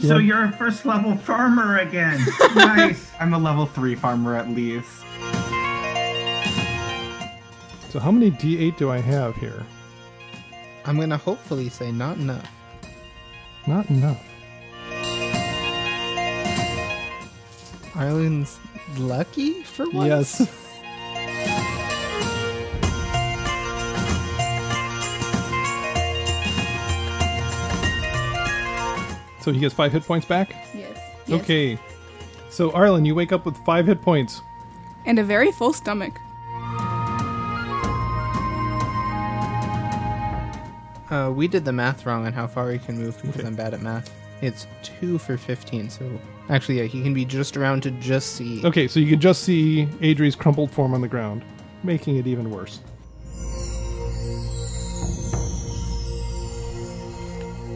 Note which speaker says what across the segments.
Speaker 1: So you're a first level farmer again. nice.
Speaker 2: I'm a level three farmer at least.
Speaker 3: So how many D8 do I have here?
Speaker 4: I'm going to hopefully say not enough.
Speaker 3: Not enough.
Speaker 4: Arlen's lucky for once.
Speaker 3: Yes. so he gets five hit points back?
Speaker 5: Yes.
Speaker 3: Okay. So Arlen, you wake up with five hit points.
Speaker 5: And a very full stomach.
Speaker 4: Uh, we did the math wrong on how far he can move because I'm bad at math. It's two for 15, so actually, yeah, he can be just around to just see.
Speaker 3: Okay, so you can just see Adri's crumpled form on the ground, making it even worse.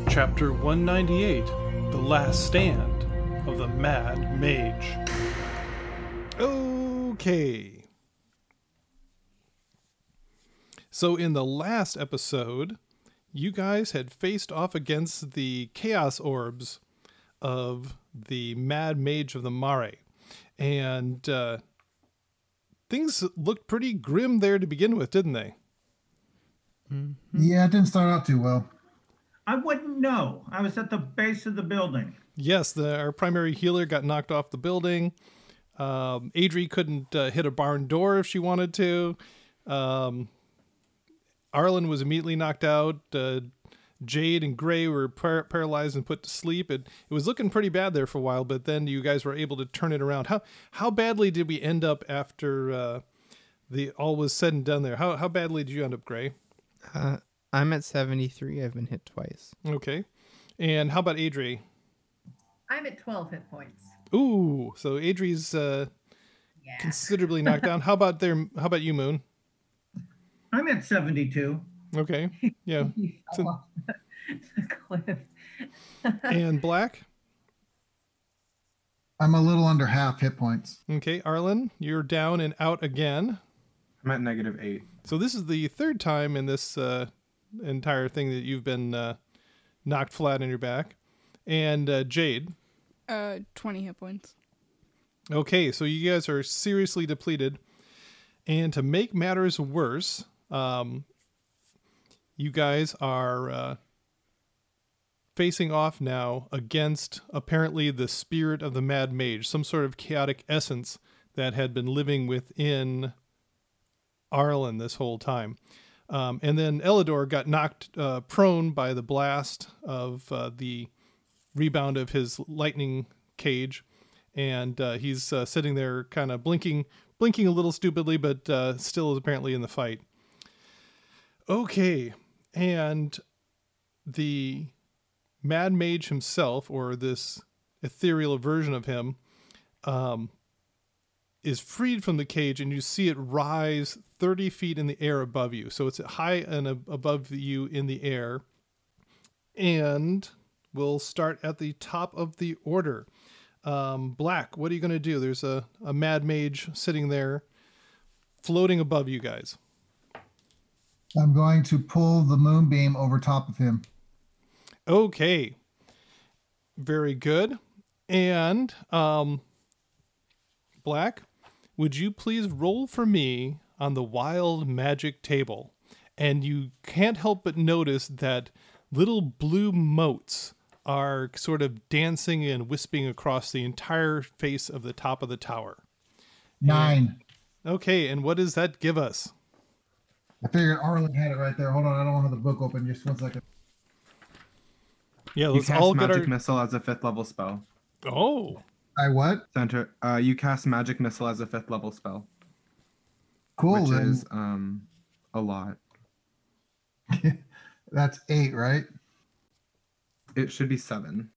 Speaker 6: Chapter 198 The Last Stand of the Mad Mage.
Speaker 3: Okay. So in the last episode, you guys had faced off against the chaos orbs of the mad mage of the Mare. And uh, things looked pretty grim there to begin with, didn't they?
Speaker 7: Yeah, it didn't start out too well.
Speaker 1: I wouldn't know. I was at the base of the building.
Speaker 3: Yes, the, our primary healer got knocked off the building. Um, Adri couldn't uh, hit a barn door if she wanted to. Um, Arlen was immediately knocked out. Uh, Jade and Gray were par- paralyzed and put to sleep. It, it was looking pretty bad there for a while, but then you guys were able to turn it around. How how badly did we end up after uh, the all was said and done there? How how badly did you end up, Gray?
Speaker 4: Uh, I'm at 73. I've been hit twice.
Speaker 3: Okay, and how about Adri?
Speaker 8: I'm at 12 hit points.
Speaker 3: Ooh, so Adri's uh,
Speaker 8: Yeah.
Speaker 3: considerably knocked down. How about their? How about you, Moon?
Speaker 1: I'm at 72.
Speaker 3: Okay, yeah,
Speaker 8: He
Speaker 3: So-
Speaker 8: fell off the cliff.
Speaker 3: and Black.
Speaker 7: I'm a little under half hit points.
Speaker 3: Okay, Arlen, you're down and out again.
Speaker 2: I'm at negative eight.
Speaker 3: So this is the third time in this uh, entire thing that you've been uh, knocked flat on your back. And uh, Jade.
Speaker 5: Uh, 20 hit points.
Speaker 3: Okay, so you guys are seriously depleted. And to make matters worse, um, you guys are uh, facing off now against apparently the spirit of the Mad Mage, some sort of chaotic essence that had been living within Arlen this whole time. Um, and then Elidor got knocked uh, prone by the blast of uh, the rebound of his lightning cage, and uh, he's uh, sitting there, kind of blinking, blinking a little stupidly, but uh, still is apparently in the fight. Okay, and the Mad Mage himself, or this ethereal version of him, um, is freed from the cage, and you see it rise thirty feet in the air above you. So it's high and ab- above you in the air, and we'll start at the top of the order. Um, Black, what are you going to do? There's a, a mad mage sitting there floating above you guys.
Speaker 7: I'm going to pull the moonbeam over top of him.
Speaker 3: Okay. Very good. And um, Black, would you please roll for me on the wild magic table? And you can't help but notice that little blue motes are sort of dancing and wisping across the entire face of the top of the tower.
Speaker 7: Nine.
Speaker 3: Okay, and what does that give us?
Speaker 7: I figured Arlen had it right there. Hold on, I don't have the book open. Just one second.
Speaker 3: Yeah,
Speaker 2: You
Speaker 3: let's
Speaker 2: cast
Speaker 3: all get
Speaker 2: magic
Speaker 3: our.
Speaker 2: missile as a fifth level spell.
Speaker 3: oh,
Speaker 7: I what?
Speaker 2: Center. Uh, you cast magic missile as a fifth level spell,
Speaker 7: Cool.
Speaker 2: which
Speaker 7: Then
Speaker 2: is um a lot.
Speaker 7: that's eight, right?
Speaker 2: It should be seven.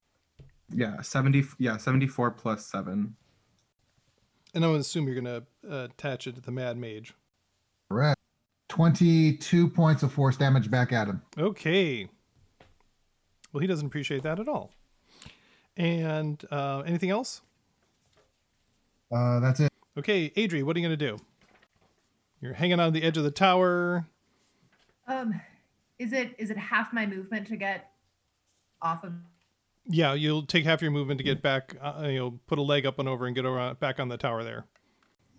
Speaker 2: Yeah, seventy. Yeah, seventy-four plus seven.
Speaker 3: and I would assume you're gonna uh, attach it to the Mad Mage.
Speaker 7: Correct. 22 points of force damage back at him.
Speaker 3: Okay. Well, he doesn't appreciate that at all. And uh, anything else?
Speaker 7: Uh, that's it.
Speaker 3: Okay, Adri, what are you going to do? You're hanging on the edge of the tower.
Speaker 8: Um, is it is it half my movement to get off of?
Speaker 3: Yeah, you'll take half your movement to get back. Uh, you know, put a leg up and over and get over back on the tower there.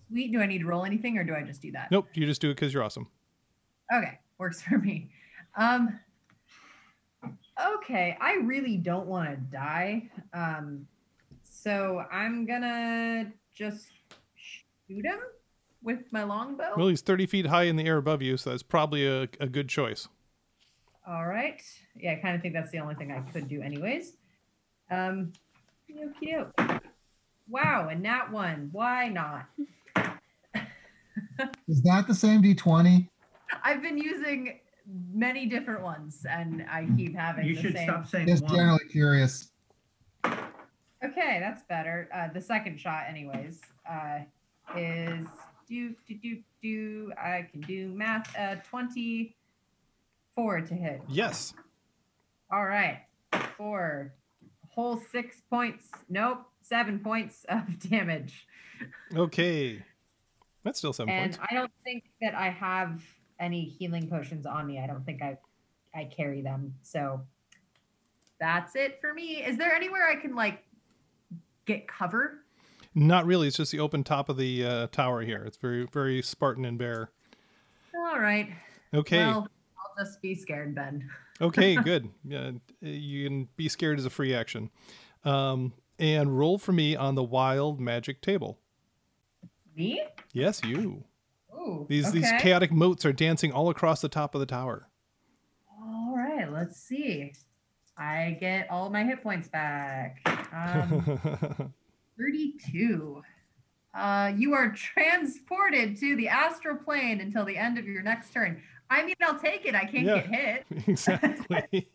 Speaker 8: Sweet. Do I need to roll anything, or do I just do that?
Speaker 3: Nope, you just do it because you're awesome.
Speaker 8: Okay, works for me. Um, okay, I really don't want to die. Um, so I'm gonna just shoot him with my longbow.
Speaker 3: Well, he's 30 feet high in the air above you, so that's probably a, a good choice.
Speaker 8: All right. Yeah, I kind of think that's the only thing I could do, anyways. Um, cute. Wow, and that one. Why not?
Speaker 7: Is that the same D20?
Speaker 8: I've been using many different ones, and I keep having
Speaker 1: You
Speaker 8: the
Speaker 1: should
Speaker 8: same.
Speaker 1: stop saying
Speaker 7: Just
Speaker 1: one.
Speaker 7: generally curious.
Speaker 8: Okay, that's better. Uh, the second shot, anyways, uh, is do do do do. I can do math. Uh, twenty-four to hit.
Speaker 3: Yes.
Speaker 8: All right, four whole six points. Nope, seven points of damage.
Speaker 3: Okay. That's still seven
Speaker 8: and
Speaker 3: points.
Speaker 8: I don't think that I have any healing potions on me. I don't think I I carry them. So that's it for me. Is there anywhere I can like get cover?
Speaker 3: Not really. It's just the open top of the uh, tower here. It's very, very Spartan and bare.
Speaker 8: All right.
Speaker 3: Okay.
Speaker 8: Well, I'll just be scared then.
Speaker 3: Okay, good. Yeah, you can be scared as a free action. Um, and roll for me on the wild magic table.
Speaker 8: Me?
Speaker 3: Yes, you.
Speaker 8: Ooh.
Speaker 3: These these
Speaker 8: okay.
Speaker 3: chaotic motes are dancing all across the top of the tower.
Speaker 8: All right. Let's see. I get all my hit points back. Um, 32. Uh, you are transported to the astral plane until the end of your next turn. I mean, I'll take it. I can't
Speaker 3: Yeah.
Speaker 8: get hit.
Speaker 3: exactly.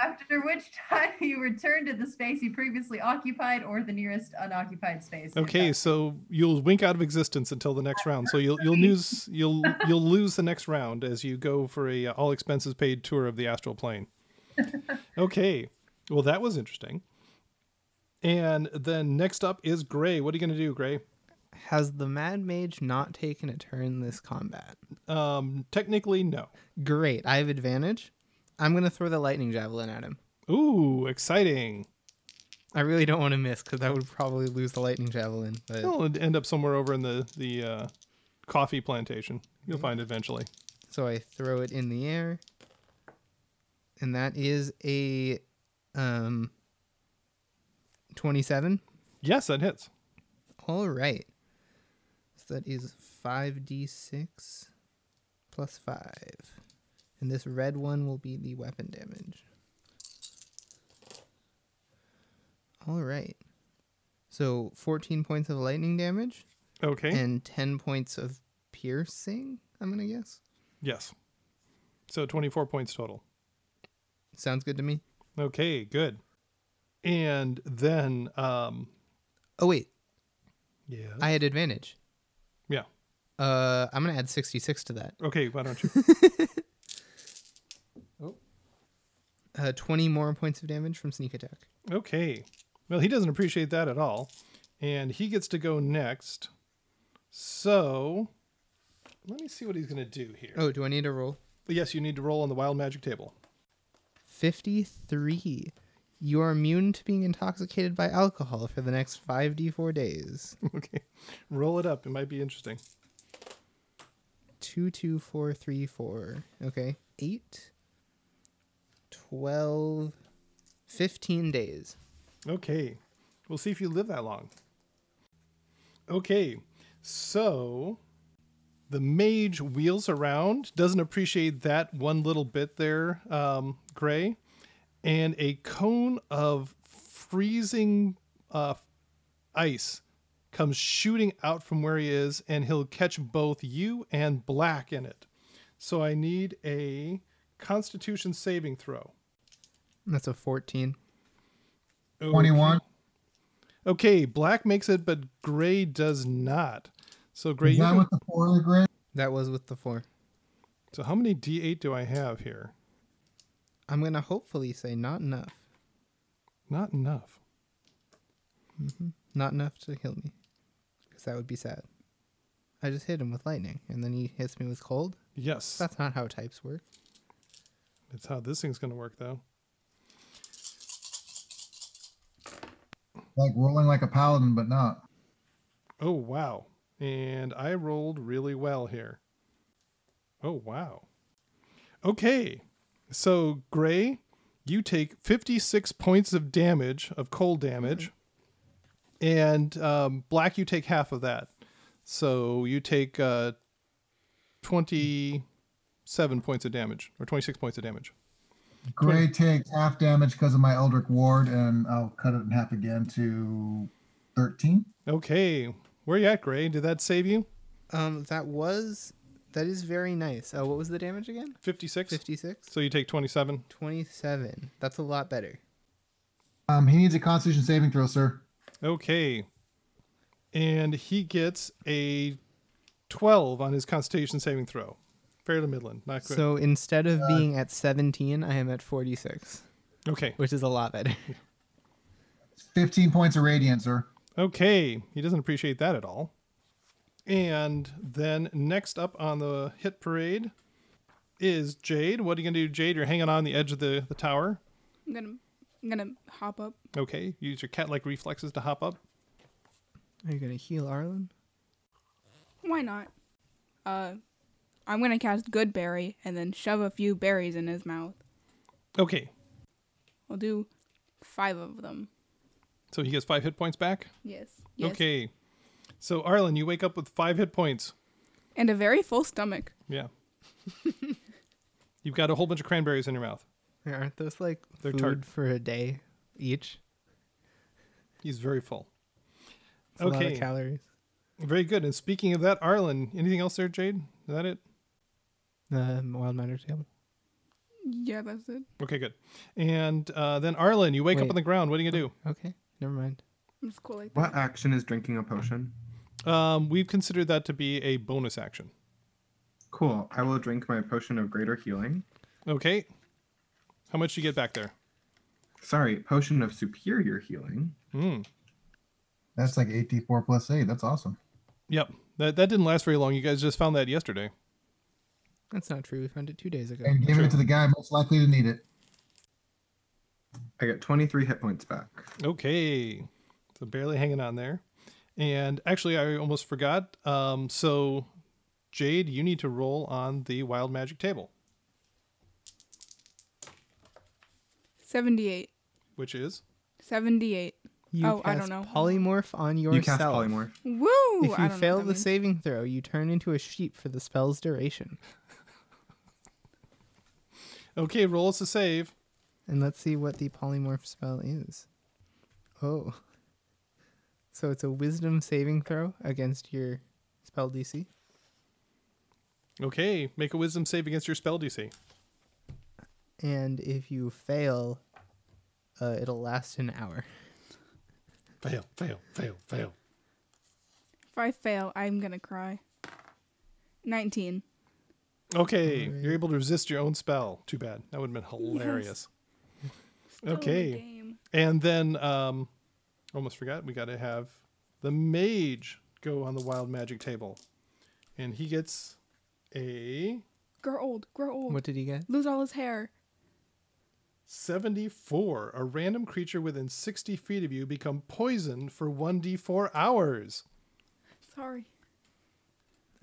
Speaker 8: After which time you return to the space you previously occupied or the nearest unoccupied space.
Speaker 3: okay, so you'll wink out of existence until the next round. So you'll you'll lose you'll you'll lose the next round as you go for a uh, all expenses paid tour of the astral plane. Okay. Well, that was interesting. And then next up is Gray. What are you going to do, Gray?
Speaker 4: Has the Mad Mage not taken a turn this combat?
Speaker 3: Um, technically, no.
Speaker 4: Great. I have advantage. I'm going to throw the lightning javelin at him.
Speaker 3: Ooh, exciting!
Speaker 4: I really don't want to miss because I would probably lose the lightning javelin. But
Speaker 3: You'll end up somewhere over in the the uh, coffee plantation. You'll find eventually.
Speaker 4: So I throw it in the air. And that is a um 27.
Speaker 3: Yes, that hits.
Speaker 4: All right. So that is 5d6 plus 5. And this red one will be the weapon damage. All right. So 14 points of lightning damage
Speaker 3: Okay.
Speaker 4: and 10 points of piercing, I'm going to guess.
Speaker 3: yes. So twenty four points total.
Speaker 4: Sounds good to me.
Speaker 3: Okay, good. And then, um,
Speaker 4: Oh wait,
Speaker 3: yeah,
Speaker 4: I had advantage.
Speaker 3: yeah.
Speaker 4: Uh, I'm gonna add 66 to that.
Speaker 3: Okay, why don't you?
Speaker 4: Uh, 20 more points of damage from sneak attack.
Speaker 3: Okay. Well, he doesn't appreciate that at all. And he gets to go next. So, let me see what he's going to do here.
Speaker 4: Oh, do I need to roll?
Speaker 3: Yes, you need to roll on the wild magic table.
Speaker 4: 53. You are immune to being intoxicated by alcohol for the next 5d4 days.
Speaker 3: Okay. Roll it up. It might be interesting.
Speaker 4: 22434. Okay. 8. 12. 15 days.
Speaker 3: Okay. We'll see if you live that long. Okay. So the mage wheels around, doesn't appreciate that one little bit there, um, Gray, and a cone of freezing uh, ice comes shooting out from where he is, and he'll catch both you and Black in it. So I need a Constitution saving throw.
Speaker 4: That's a 14.
Speaker 3: Okay.
Speaker 7: 21.
Speaker 3: Okay, black makes it, but gray does not. So gray,
Speaker 7: Is
Speaker 3: you
Speaker 7: that
Speaker 3: can,
Speaker 7: with the four regret?
Speaker 4: That was with the 4.
Speaker 3: So how many d8 do I have here?
Speaker 4: I'm gonna hopefully say not enough.
Speaker 3: Not enough.
Speaker 4: Not enough to kill me. Because that would be sad. I just hit him with lightning, and then he hits me with cold.
Speaker 3: Yes.
Speaker 4: That's not how types work.
Speaker 3: That's how this thing's going to work, though.
Speaker 7: Like rolling like a paladin, but not.
Speaker 3: Oh, wow. And I rolled really well here. Oh, wow. Okay. So, Gray, you take 56 points of damage, of cold damage. And um, Black, you take half of that. So, you take uh, 27 points of damage, or 26 points of damage.
Speaker 7: Gray takes half damage because of my Eldric Ward, and I'll cut it in half again to 13.
Speaker 3: Okay. Where you at, Gray? Did that save you?
Speaker 4: Um, that was that is very nice. Uh, what was the damage again?
Speaker 3: 56?
Speaker 4: 56?
Speaker 3: So, you take 27.
Speaker 4: 27. That's a lot better.
Speaker 7: Um, he needs a Constitution saving throw, sir.
Speaker 3: Okay. And he gets a 12 on his constitution saving throw. Fair to Midland. Not good.
Speaker 4: So instead of being at 17, I am at 46,
Speaker 3: okay.
Speaker 4: which is a lot better.
Speaker 7: 15 points of radiant, sir.
Speaker 3: Okay. He doesn't appreciate that at all. And then next up on the hit parade is Jade. What are you going to do, Jade? You're hanging on the edge of the, the tower.
Speaker 5: I'm gonna I'm gonna hop up.
Speaker 3: Okay. Use your cat like reflexes to hop up.
Speaker 4: Are you gonna heal Arlen?
Speaker 5: Why not? Uh, I'm gonna cast Good Berry and then shove a few berries in his mouth.
Speaker 3: Okay.
Speaker 5: I'll do five of them.
Speaker 3: So he gets five hit points back.
Speaker 5: Yes. Yes.
Speaker 3: Okay. So, Arlen, you wake up with five hit points.
Speaker 5: And a very full stomach.
Speaker 3: Yeah. You've got a whole bunch of cranberries in your mouth.
Speaker 4: Aren't those like
Speaker 3: They're
Speaker 4: food
Speaker 3: tart.
Speaker 4: for a day each?
Speaker 3: He's very full.
Speaker 4: It's a lot of
Speaker 3: Okay.
Speaker 4: calories.
Speaker 3: Very good. And speaking of that, Arlen, anything else there, Jade? Is that it?
Speaker 4: The wild miner table.
Speaker 5: Yeah, that's it.
Speaker 3: Okay, good. And uh, then Arlen, you wake up
Speaker 4: Wait.
Speaker 3: on the ground. What do you gonna
Speaker 4: Okay, never mind.
Speaker 5: I'm just cool like that.
Speaker 2: What action is drinking a potion?
Speaker 3: do? Um, we've considered that to be a bonus action.
Speaker 2: Cool. I will drink my potion of greater healing.
Speaker 3: Okay. How much do you get back there?
Speaker 2: Sorry, potion of superior healing.
Speaker 3: Mm.
Speaker 7: That's like 8d4 plus 8. That's awesome.
Speaker 3: Yep. That that didn't last very long. You guys just found that yesterday.
Speaker 4: That's not true. We found it two days ago.
Speaker 7: And giving it to the guy most likely to need it.
Speaker 2: I get 23 hit points back.
Speaker 3: Okay. So barely hanging on there. And actually, I almost forgot. Um, so, Jade, you need to roll on the wild magic table,
Speaker 5: Seventy-eight.
Speaker 3: which is
Speaker 5: Seventy-eight.
Speaker 4: You
Speaker 5: Oh,
Speaker 4: cast
Speaker 5: I don't know.
Speaker 4: polymorph on yourself.
Speaker 2: You cast polymorph.
Speaker 5: Woo!
Speaker 4: If
Speaker 5: I
Speaker 4: you
Speaker 5: don't
Speaker 4: fail
Speaker 5: know
Speaker 4: the
Speaker 5: what that means.
Speaker 4: saving throw, you turn into a sheep for the spell's duration.
Speaker 3: okay. Roll us a save.
Speaker 4: And let's see what the polymorph spell is. Oh. So it's a wisdom saving throw against your spell DC.
Speaker 3: Okay, make a wisdom save against your spell DC.
Speaker 4: And if you fail, uh, it'll last an hour.
Speaker 3: Fail, fail, fail, fail.
Speaker 5: If I fail, I'm gonna cry. Nineteen.
Speaker 3: Okay, you're able to resist your own spell. Too bad. That would have been hilarious.
Speaker 5: Stole the
Speaker 3: Okay,
Speaker 5: game.
Speaker 3: and then um, almost forgot. We got to have the mage go on the wild magic table, and he gets a
Speaker 5: Grow old. Grow old.
Speaker 4: What did he get?
Speaker 5: Lose all his hair.
Speaker 3: 74. A random creature within 60 feet of you become poisoned for 1d4 hours.
Speaker 5: Sorry.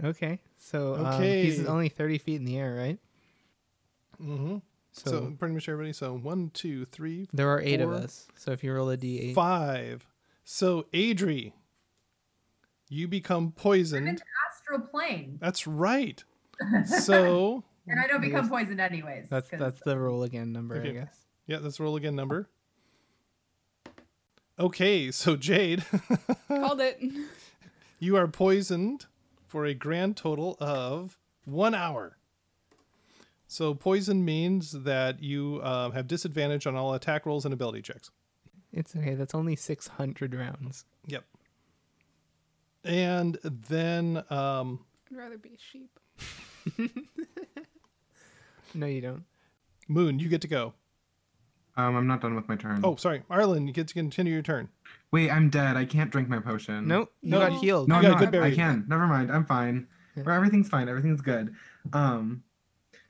Speaker 4: Okay. So um,
Speaker 3: Okay.
Speaker 4: he's only 30 feet in the air, right?
Speaker 3: Mm-hmm. So,
Speaker 4: So,
Speaker 3: pretty much everybody. So one, two, three,
Speaker 4: there are eight
Speaker 3: four,
Speaker 4: of us. So if you roll a d8,
Speaker 3: Five. So, Adri, you become
Speaker 8: in
Speaker 3: poisoned.
Speaker 8: the astral plane,
Speaker 3: That's right. So,
Speaker 8: and I don't become poisoned anyways.
Speaker 4: that's
Speaker 8: 'cause
Speaker 4: that's the roll again number,
Speaker 3: Okay.
Speaker 4: I guess.
Speaker 3: yeah, let's roll again number. Okay, so Jade,
Speaker 5: Called it.
Speaker 3: you are poisoned for a grand total of one hour. So, poison means that you uh, have disadvantage on all attack rolls and ability checks.
Speaker 4: It's okay. That's only 600 rounds.
Speaker 3: Yep. And then um,
Speaker 5: I'd rather be a sheep.
Speaker 4: No, you don't.
Speaker 3: Moon, you get to go.
Speaker 2: Um, I'm not done with my turn.
Speaker 3: Oh, sorry. Arlen, you get to continue your turn.
Speaker 2: wait, I'm dead. I can't drink my potion.
Speaker 4: Nope. You
Speaker 3: No.
Speaker 4: got healed.
Speaker 2: No,
Speaker 3: Oh, You
Speaker 2: I'm
Speaker 3: got a good
Speaker 2: not.
Speaker 3: berry.
Speaker 2: I can. Never mind. I'm fine.
Speaker 4: Yeah.
Speaker 2: Or everything's fine. Everything's good. Um,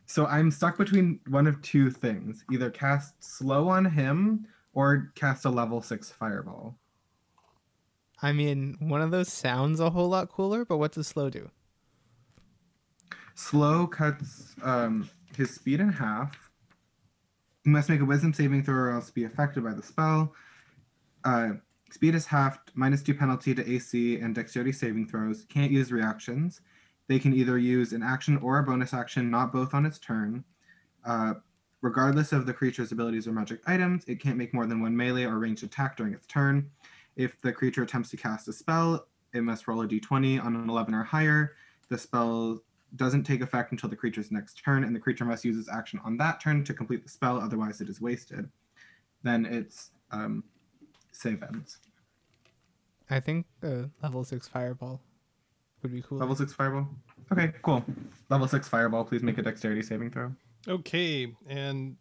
Speaker 2: so I'm stuck between one of two things: either cast slow on him or cast a level six fireball.
Speaker 4: I mean, one of those sounds a whole lot cooler, but what does slow do?
Speaker 2: Slow cuts um, his speed in half. You must make a wisdom saving throw or else be affected by the spell. Uh, speed is halved, minus two penalty to AC and dexterity saving throws. Can't use reactions. They can either use an action or a bonus action, not both on its turn. Uh, regardless of the creature's abilities or magic items, it can't make more than one melee or ranged attack during its turn. If the creature attempts to cast a spell, it must roll a d20 on an 11 or higher. The spell doesn't take effect until the creature's next turn, and the creature must use its action on that turn to complete the spell, otherwise it is wasted. Then it's um, save ends.
Speaker 4: I think a level six fireball would be cool.
Speaker 2: Level six fireball. Okay, cool. Level six fireball. Please make a dexterity saving throw.
Speaker 3: Okay, and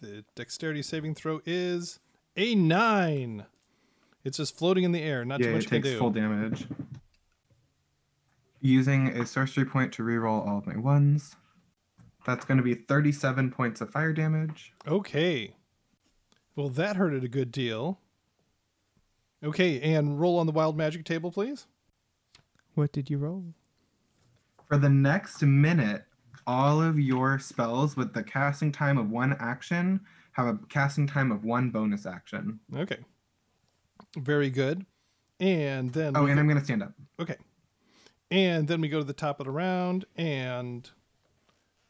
Speaker 3: the dexterity saving throw is a nine. It's just floating in the air. Not
Speaker 2: yeah,
Speaker 3: too much
Speaker 2: it
Speaker 3: you can
Speaker 2: takes
Speaker 3: do.
Speaker 2: full damage. Using a sorcery point to reroll all of my ones. That's going to be 37 points of fire damage.
Speaker 3: Okay. Well, that hurted a good deal. Okay, and roll on the wild magic table, please.
Speaker 4: What did you roll?
Speaker 2: For the next minute, all of your spells with the casting time of one action have a casting time of one bonus action.
Speaker 3: Okay. Very good. And then
Speaker 2: Oh,
Speaker 3: we
Speaker 2: and
Speaker 3: go-
Speaker 2: I'm going to stand up.
Speaker 3: okay. And then we go to the top of the round, and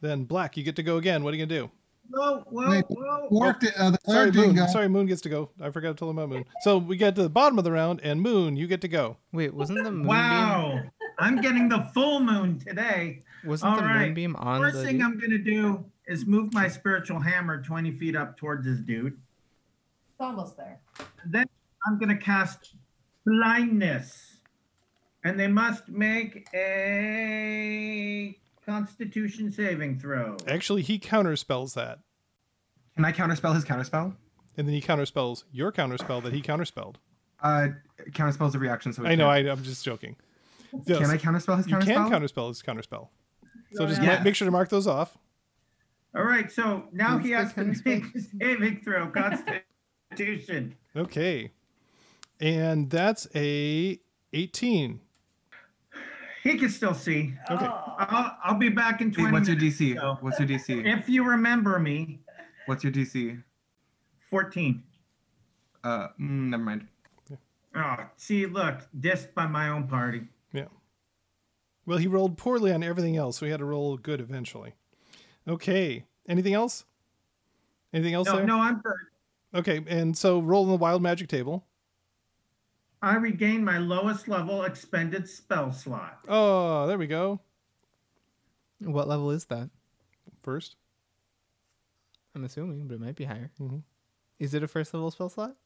Speaker 3: then Black, you get to go again. What are you gonna do?
Speaker 1: Whoa, whoa,
Speaker 7: Wait,
Speaker 1: whoa.
Speaker 7: Warwick did, uh, the
Speaker 3: Sorry,
Speaker 7: cleric didn't
Speaker 3: Moon.
Speaker 7: go.
Speaker 3: Sorry, Moon gets to go. I forgot to tell him about Moon. So we get to the bottom of the round, and Moon, you get to go.
Speaker 4: Wait, wasn't the moonbeam?
Speaker 1: Wow. I'm getting the full moon today.
Speaker 4: Wasn't the
Speaker 1: All right.
Speaker 4: moonbeam on
Speaker 1: First
Speaker 4: the?
Speaker 1: thing I'm going to do is move my spiritual hammer 20 feet up towards this dude.
Speaker 8: It's almost there.
Speaker 1: Then I'm going to cast blindness. And they must make a constitution saving throw.
Speaker 3: Actually, he counterspells that,
Speaker 2: Can I counterspell his counterspell?
Speaker 3: and then he counterspells your counterspell that he counterspelled.
Speaker 2: Uh, counterspell's a reaction, so it
Speaker 3: I know.
Speaker 2: can't-
Speaker 3: I, I'm just joking. Yes,
Speaker 2: Can I counterspell his
Speaker 3: you can
Speaker 2: counterspell?
Speaker 3: counterspell his counterspell. So just
Speaker 2: Yes.
Speaker 3: ma- make sure to mark those off.
Speaker 1: All right, so now he
Speaker 4: Who's
Speaker 1: has
Speaker 4: the
Speaker 1: to make
Speaker 4: counterspell?
Speaker 1: a saving throw constitution.
Speaker 3: Okay. And that's a 18.
Speaker 1: He can still see.
Speaker 3: Okay.
Speaker 1: I'll, I'll be back in 20
Speaker 2: Wait, what's your
Speaker 1: minutes.
Speaker 2: DC?
Speaker 1: so-
Speaker 2: What's your DC?
Speaker 1: If you remember me,
Speaker 2: What's your DC?
Speaker 1: 14.
Speaker 2: Uh, mm, never mind.
Speaker 1: Oh, see, look, dissed by my own party.
Speaker 3: Well, he rolled poorly on everything else, so he had to roll good eventually. Okay. Anything else? Anything else
Speaker 1: No,
Speaker 3: there?
Speaker 1: no, I'm good.
Speaker 3: Okay. And so roll on the wild magic table.
Speaker 1: I regain my lowest level expended spell slot.
Speaker 3: Oh, there we go.
Speaker 4: What level is that?
Speaker 3: First.
Speaker 4: I'm assuming, but it might be higher.
Speaker 3: Mhm.
Speaker 4: Is it a first level spell slot?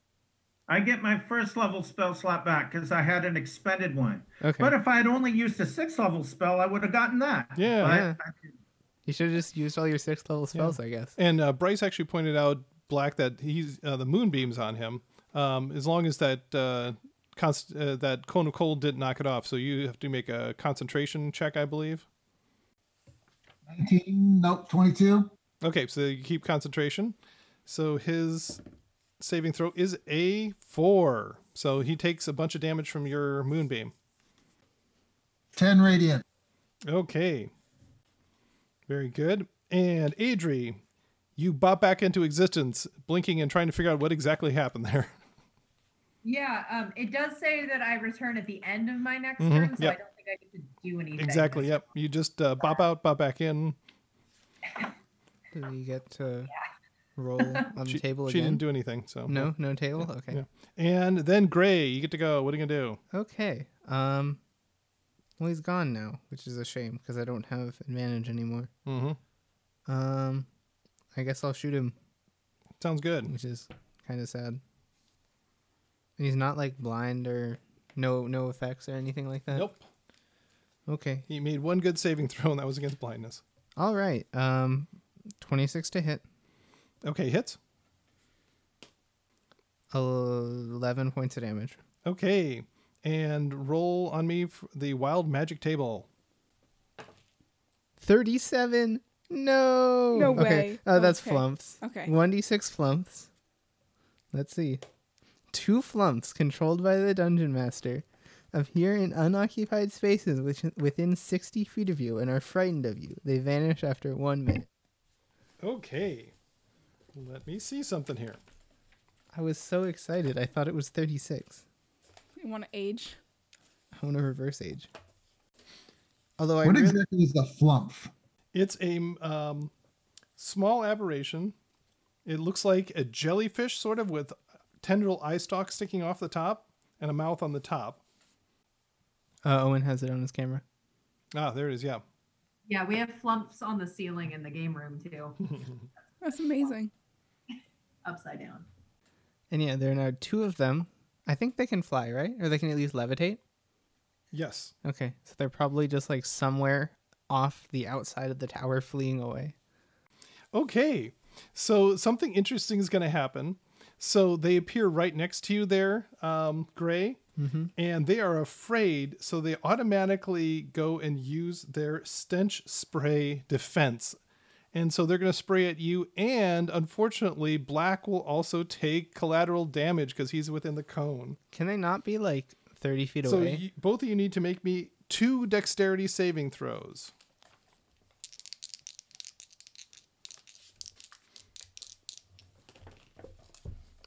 Speaker 1: I get my first level spell slot back because I had an expended one.
Speaker 4: Okay.
Speaker 1: But if I had only used a sixth level spell, I would have gotten that.
Speaker 3: Yeah.
Speaker 1: But
Speaker 4: Yeah. You should have just used all your sixth level spells, I guess.
Speaker 3: And uh, Bryce actually pointed out Black that he's uh, the moonbeams on him. Um, as long as that uh, const- uh, that cone of cold didn't knock it off, so you have to make a concentration check, I believe.
Speaker 7: 19, nope, 22.
Speaker 3: Okay, so you keep concentration. So his saving throw is a four. So he takes a bunch of damage from your moonbeam.
Speaker 7: 10 radiant.
Speaker 3: Okay. Very good. And Adri, you bop back into existence, blinking and trying to figure out what exactly happened there.
Speaker 8: Yeah, um, it does say that I return at the end of my next
Speaker 3: Mhm,
Speaker 8: turn, so
Speaker 3: yep.
Speaker 8: I don't think I get to do anything.
Speaker 3: exactly.
Speaker 8: this
Speaker 3: Yep. You just uh, bop out, bop back in.
Speaker 4: Did you get to roll on
Speaker 3: She,
Speaker 4: the table
Speaker 3: she
Speaker 4: again?
Speaker 3: didn't do anything. So
Speaker 4: no, no table. okay.
Speaker 3: yeah. And then Gray, you get to go. What are you gonna do?
Speaker 4: Okay. Um. Well, he's gone now, which is a shame because I don't have advantage anymore.
Speaker 3: Mm-hmm.
Speaker 4: Um. I guess I'll shoot him,
Speaker 3: Sounds good.
Speaker 4: which is kind of sad. And he's not like blind or no no effects or anything like that.
Speaker 3: Nope.
Speaker 4: Okay.
Speaker 3: He made one good saving throw, and that was against blindness.
Speaker 4: All right. Um. 26 to hit,
Speaker 3: Okay, hits.
Speaker 4: 11 points of damage.
Speaker 3: Okay, and roll on me f- the wild magic table.
Speaker 4: 37. No.
Speaker 5: No
Speaker 4: Okay.
Speaker 5: way.
Speaker 4: Uh, that's
Speaker 5: Okay.
Speaker 4: flumps.
Speaker 5: Okay.
Speaker 4: 1d6 flumps. Let's see. Two flumps controlled by the dungeon master appear in unoccupied spaces which within 60 feet of you and are frightened of you. They vanish after one minute.
Speaker 3: Okay, let me see something here.
Speaker 4: I was so excited. I thought it was 36.
Speaker 5: You want to age?
Speaker 4: I want to reverse age. Although I
Speaker 7: What
Speaker 4: really-
Speaker 7: exactly is the flump?
Speaker 3: It's a um, small aberration. It looks like a jellyfish, sort of, with tendril eye stalk sticking off the top and a mouth on the top.
Speaker 4: uh, Owen has it on his camera.
Speaker 3: Ah, there it is. Yeah.
Speaker 8: Yeah, we have flumps on the ceiling in the game room too,
Speaker 5: That's amazing.
Speaker 8: upside down.
Speaker 4: And yeah, there are now two of them. I think they can fly, right? Or they can at least levitate.
Speaker 3: Yes.
Speaker 4: Okay, so they're probably just like somewhere off the outside of the tower fleeing away.
Speaker 3: Okay. So something interesting is going to happen. So they appear right next to you there, um, Gray, and they are afraid. So they automatically go and use their stench spray defense. And so they're going to spray at you. And unfortunately, Black will also take collateral damage because he's within the cone.
Speaker 4: Can they not be like 30 feet
Speaker 3: So
Speaker 4: away?
Speaker 3: you, both of you need to make me two dexterity saving throws.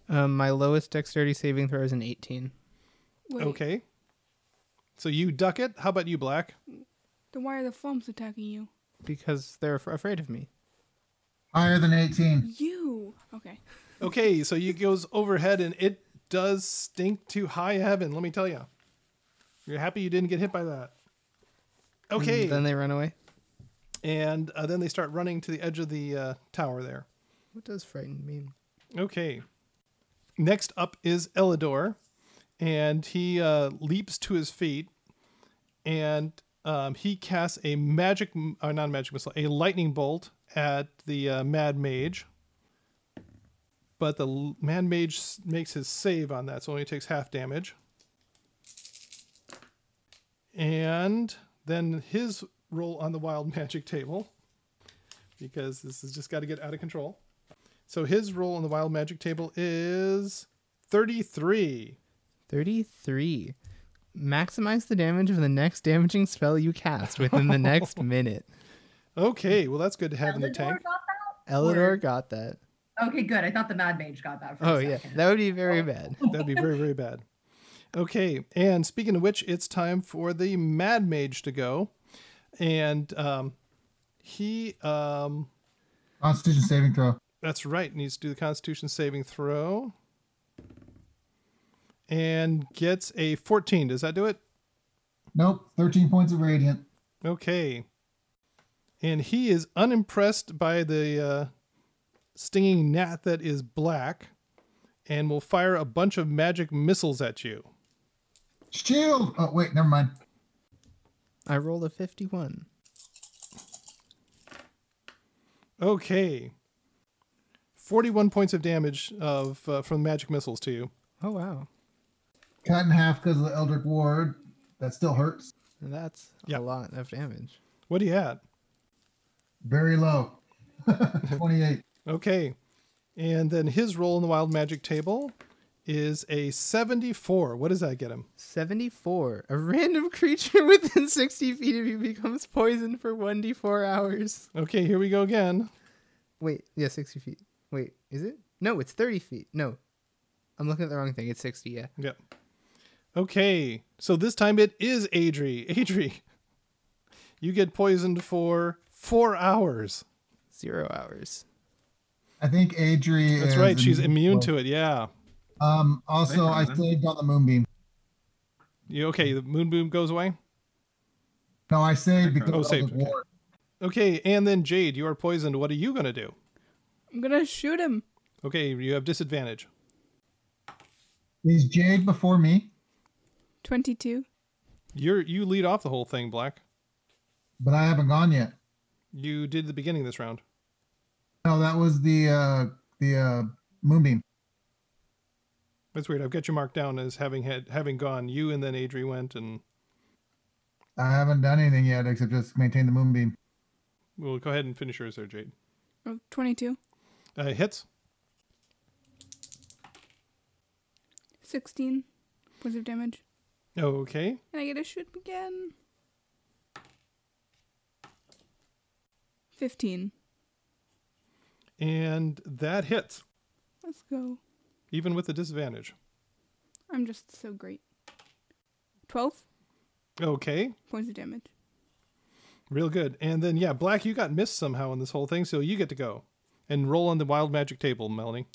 Speaker 4: um, my lowest dexterity saving throw is an 18.
Speaker 5: Wait,
Speaker 3: Okay. So you duck it. How about you, Black?
Speaker 5: Then why are the flumps attacking you?
Speaker 4: Because they're af- afraid of me.
Speaker 7: Higher than 18.
Speaker 5: You. Okay.
Speaker 3: Okay, so you goes overhead and it does stink to high heaven. Let me tell you. You're happy you didn't get hit by that. Okay,
Speaker 4: And then they run away.
Speaker 3: and uh, then they start running to the edge of the uh, tower there.
Speaker 4: What does frightened mean?
Speaker 3: Okay. Next up is Elidor, and he uh, leaps to his feet, and um, he casts a magic, or not a magic missile, a lightning bolt at the uh, Mad Mage. But the l- Mad Mage s- makes his save on that, so only takes half damage. And then his roll on the wild magic table, because this has just got to get out of control. So his roll on the wild magic table is 33.
Speaker 4: 33. Maximize the damage of the next damaging spell you cast within the next minute.
Speaker 3: Okay, well that's good to have in the tank.
Speaker 4: Elidor got that.
Speaker 8: Okay, good. I thought the Mad Mage got that. For
Speaker 4: Oh,
Speaker 8: a
Speaker 4: yeah.
Speaker 8: second.
Speaker 4: That would be very
Speaker 3: Oh.
Speaker 4: bad.
Speaker 3: That'd be very very bad. Okay, and speaking of which, it's time for the mad mage to go, and um, he um,
Speaker 7: Constitution saving throw.
Speaker 3: that's right needs to do the Constitution saving throw, and gets a 14. Does that do it?
Speaker 7: Nope. 13 points of radiant.
Speaker 3: Okay. And he is unimpressed by the uh, stinging gnat that is black and will fire a bunch of magic missiles at you.
Speaker 7: Shield. Oh, wait. Never mind.
Speaker 4: I rolled a 51.
Speaker 3: Okay. 41 points of damage of uh, from magic missiles to you.
Speaker 4: Oh, wow.
Speaker 7: Cut in half because of the Eldric Ward. That still hurts.
Speaker 4: That's
Speaker 3: Yeah.
Speaker 4: a lot of damage.
Speaker 3: What are you at?
Speaker 7: Very low. 28.
Speaker 3: Okay. And then his roll in the wild magic table is a 74. What does that get him?
Speaker 4: 74. A random creature within 60 feet of you becomes poisoned for 1d4 hours.
Speaker 3: Okay, here we go again.
Speaker 4: Wait, yeah, 60 feet. Wait, is it? No, it's 30 feet. No. I'm looking at the wrong thing. It's 60, yeah.
Speaker 3: Yep. Okay, so this time it is Adri. Adri, you get poisoned for four hours.
Speaker 4: Zero hours.
Speaker 7: I think Adri
Speaker 3: That's
Speaker 7: is
Speaker 3: right, she's immune to it. Yeah.
Speaker 7: Um, also, I
Speaker 2: Right, man.
Speaker 7: saved on the Moonbeam.
Speaker 3: You okay? The moon boom goes away.
Speaker 7: No, I saved because
Speaker 3: Oh,
Speaker 7: of
Speaker 3: saved,
Speaker 7: Eldric
Speaker 3: okay.
Speaker 7: Ward.
Speaker 3: Okay, and then Jade, you are poisoned. What are you gonna do?
Speaker 5: I'm gonna shoot him.
Speaker 3: Okay, you have disadvantage.
Speaker 7: Is Jade before me?
Speaker 5: Twenty-two.
Speaker 3: You're you lead off the whole thing, Black.
Speaker 7: But I haven't gone yet.
Speaker 3: You did the beginning this round.
Speaker 7: No, that was the uh the uh moonbeam.
Speaker 3: That's weird. I've got you marked down as having had having gone. You and then Adri went, and
Speaker 7: I haven't done anything yet except just maintain the moonbeam.
Speaker 3: we'll go ahead and finish yours there, Jade.
Speaker 5: Oh, 22,
Speaker 3: Uh, hits.
Speaker 5: 16 points of damage.
Speaker 3: Okay.
Speaker 5: And I get to shoot again. 15.
Speaker 3: And that hits,
Speaker 5: Let's go.
Speaker 3: even with the disadvantage.
Speaker 5: I'm just so great. 12
Speaker 3: Okay.
Speaker 5: points of damage.
Speaker 3: Real good. And then, yeah, Black, you got missed somehow in this whole thing, so you get to go and roll on the wild magic table, Melanie.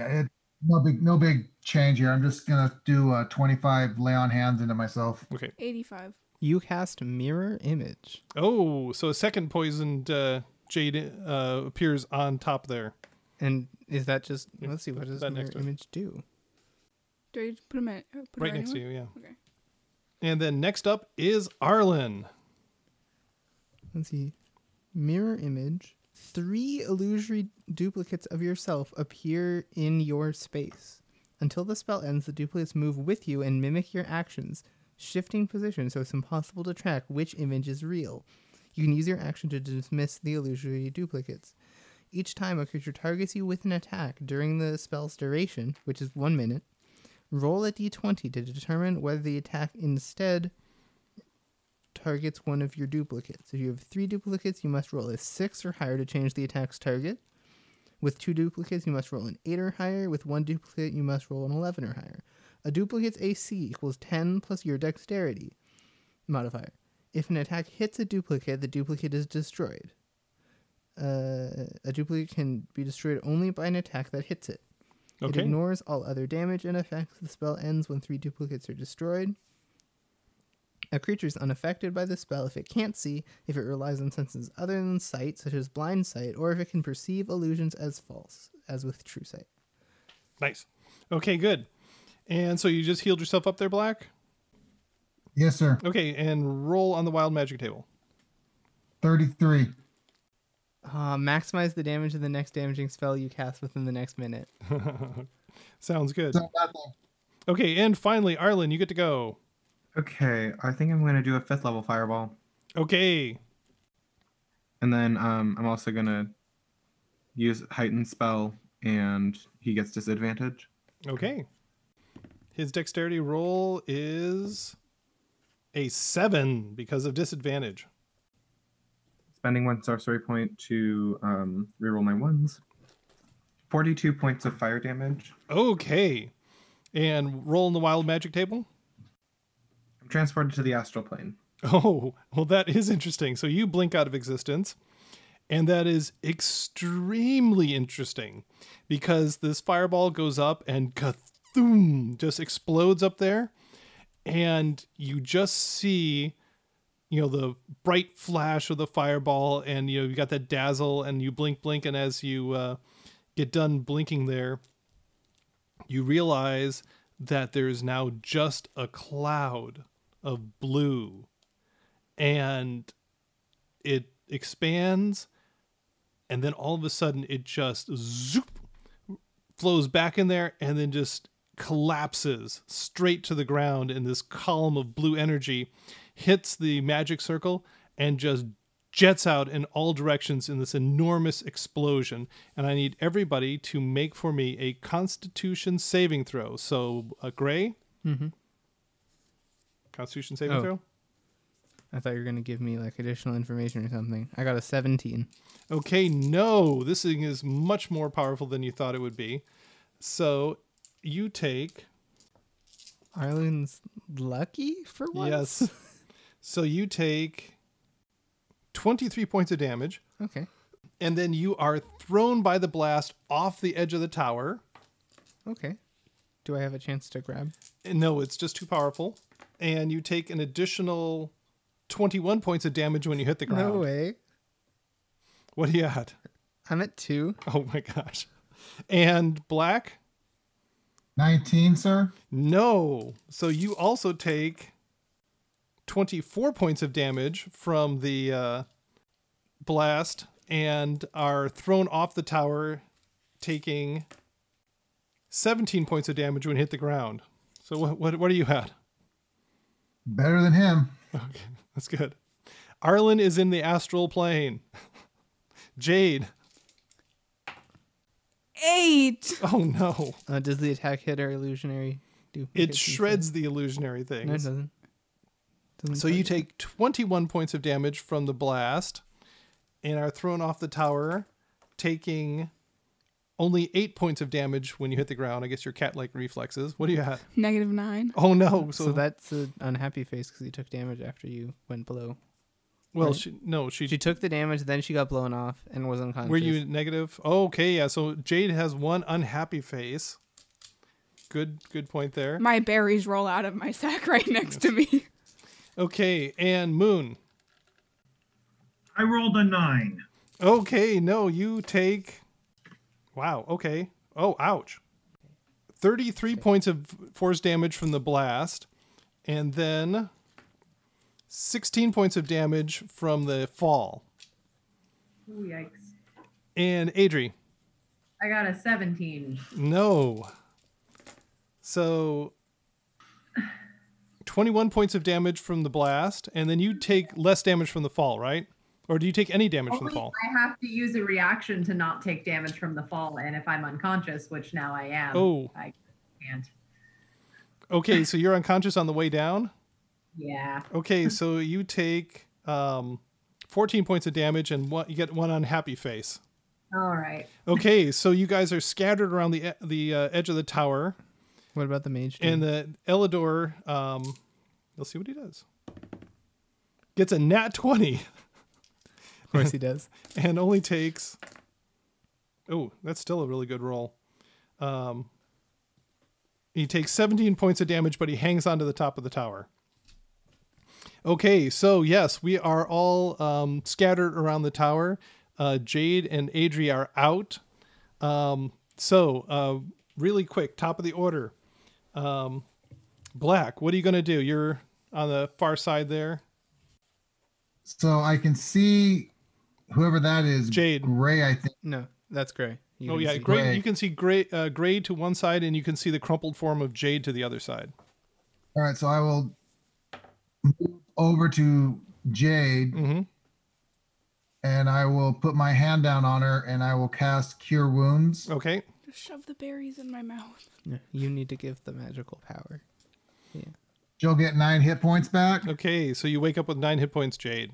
Speaker 7: It, no big no big change here. I'm just gonna do uh 25 lay on hands into myself.
Speaker 5: 85.
Speaker 4: You cast mirror image.
Speaker 3: Oh, so a second poisoned uh, Jade uh, appears on top there.
Speaker 4: And is that just
Speaker 3: Yeah,
Speaker 4: let's see what does
Speaker 3: that
Speaker 4: mirror
Speaker 3: next one.
Speaker 4: image do?
Speaker 5: Do I just put him at, uh, put
Speaker 3: right next to you, yeah.
Speaker 5: Okay.
Speaker 3: And then next up is Arlen.
Speaker 4: Let's see. Mirror image. Three illusory duplicates of yourself appear in your space. Until the spell ends, the duplicates move with you and mimic your actions, shifting position so it's impossible to track which image is real. You can use your action to dismiss the illusory duplicates. Each time a creature targets you with an attack during the spell's duration, which is one minute, roll a d20 to determine whether the attack instead targets one of your duplicates. If you have three duplicates, you must roll a six or higher to change the attack's target. With two duplicates, you must roll an eight or higher. With one duplicate, you must roll an 11 or higher. A duplicate's AC equals 10 plus your dexterity modifier. If an attack hits a duplicate, the duplicate is destroyed. Uh, a duplicate can be destroyed only by an attack that hits it. It
Speaker 3: Okay.
Speaker 4: ignores all other damage and effects. The spell ends when three duplicates are destroyed. A creature is unaffected by the spell if it can't see, if it relies on senses other than sight, such as blind sight, or if it can perceive illusions as false, as with true sight.
Speaker 3: Nice. Okay, good. And so you just healed yourself up there, Black?
Speaker 7: Yes, sir.
Speaker 3: Okay, and roll on the wild magic table.
Speaker 7: 33.
Speaker 4: Uh, maximize the damage of the next damaging spell you cast within the next minute.
Speaker 3: Sounds good.
Speaker 7: So nothing.
Speaker 3: Okay, and finally, Arlen, you get to go.
Speaker 2: Okay, I think I'm gonna do a fifth level fireball.
Speaker 3: Okay.
Speaker 2: And then um, I'm also gonna use heightened spell, and he gets disadvantage.
Speaker 3: Okay. His dexterity roll is a seven because of disadvantage.
Speaker 2: Spending one sorcery point to um, reroll my ones. Forty-two points of fire damage.
Speaker 3: Okay. And roll in the wild magic table.
Speaker 2: I'm transported to the astral plane.
Speaker 3: Oh, well, that is interesting. So you blink out of existence. And that is extremely interesting because this fireball goes up and kathoom just explodes up there. And you just see, you know, the bright flash of the fireball and, you know, you got that dazzle and you blink, blink. And as you uh, get done blinking there, you realize that there is now just a cloud of blue and it expands and then all of a sudden it just zoop flows back in there and then just collapses straight to the ground and this column of blue energy hits the magic circle and just jets out in all directions in this enormous explosion and i need everybody to make for me a constitution saving throw so a gray
Speaker 4: Mhm.
Speaker 3: constitution saving
Speaker 4: Oh.
Speaker 3: throw
Speaker 4: I thought you were going to give me like additional information or something. I got a 17.
Speaker 3: Okay, no, this thing is much more powerful than you thought it would be. So you take
Speaker 4: Arlen's lucky for once.
Speaker 3: yes. So you take twenty-three points of damage,
Speaker 4: Okay.
Speaker 3: and then you are thrown by the blast off the edge of the tower.
Speaker 4: Okay. Do I have a chance to grab?
Speaker 3: And no, it's just too powerful, and you take an additional twenty-one points of damage when you hit the ground.
Speaker 4: No way.
Speaker 3: What are you at?
Speaker 4: I'm at two.
Speaker 3: Oh my gosh! And black.
Speaker 7: 19, sir.
Speaker 3: No. So you also take 24 points of damage from the uh, blast and are thrown off the tower, taking 17 points of damage when hit the ground. So what what, what are you at?
Speaker 7: Better than him.
Speaker 3: Okay, that's good. Arlen is in the astral plane. Jade.
Speaker 5: Eight.
Speaker 3: Oh no.
Speaker 4: Uh, does the attack hit or illusionary do?
Speaker 3: It
Speaker 4: hit
Speaker 3: shreds the illusionary
Speaker 4: DC? No, it
Speaker 3: things.
Speaker 4: doesn't. Doesn't
Speaker 3: So
Speaker 4: touch.
Speaker 3: you take 21 points of damage from the blast and are thrown off the tower, taking only 8 points of damage when you hit the ground. I guess your cat like reflexes. What do you have?
Speaker 5: Negative nine.
Speaker 3: Oh no. So,
Speaker 4: So,
Speaker 3: that
Speaker 4: that's an unhappy face because you took damage after you went below.
Speaker 3: well,
Speaker 4: right.
Speaker 3: she, no, she,
Speaker 4: She took the damage, then she got blown off and was unconscious.
Speaker 3: Were you negative? Oh, okay, yeah. So Jade has one unhappy face. Good good point there.
Speaker 5: My berries roll out of my sack right next to me.
Speaker 3: Okay, and Moon.
Speaker 1: I rolled a nine.
Speaker 3: Okay, no, you take. Wow, okay. Oh, ouch. 33 points of force damage from the blast, and then 16 points of damage from the fall.
Speaker 8: Ooh, yikes.
Speaker 3: And Adri,
Speaker 8: I got a 17.
Speaker 3: no. So 21 points of damage from the blast, and then you take less damage from the fall, right? Or do you take any damage from the
Speaker 8: Only
Speaker 3: fall?
Speaker 8: I have to use a reaction to not take damage from the fall, and if I'm unconscious, which now I am,
Speaker 3: Oh.
Speaker 8: I can't.
Speaker 3: Okay, so you're unconscious on the way down?
Speaker 8: Yeah.
Speaker 3: Okay, so you take um, 14 points of damage and one, you get one unhappy face.
Speaker 8: All right.
Speaker 3: Okay, so you guys are scattered around the e- the uh, edge of the tower,
Speaker 4: What about the mage? dude?
Speaker 3: and the Elidor, um, you'll see what he does. Gets a nat 20
Speaker 4: of course he does.
Speaker 3: and only takes. Oh, that's still a really good roll. Um, he takes 17 points of damage, but he hangs onto the top of the tower. Okay, so yes, we are all um, scattered around the tower. Uh, Jade and Adri are out. Um, so, uh, really quick, top of the order. Um, Black, what are you going to do? You're on the far side there.
Speaker 7: So I can see whoever that is.
Speaker 3: Jade.
Speaker 7: Gray, I think.
Speaker 4: No, that's gray. You
Speaker 3: oh
Speaker 4: can
Speaker 3: yeah,
Speaker 4: see.
Speaker 3: gray,
Speaker 7: Gray.
Speaker 3: You can see gray, uh, gray to one side, and you can see the crumpled form of Jade to the other side.
Speaker 7: All right. So I will move over to Jade
Speaker 3: Mm-hmm.
Speaker 7: and I will put my hand down on her and I will cast Cure Wounds.
Speaker 3: Okay.
Speaker 5: Just shove the berries in my mouth.
Speaker 4: Yeah, You need to give the magical power.
Speaker 7: She'll get nine hit points back.
Speaker 3: Okay. So you wake up with nine hit points, Jade.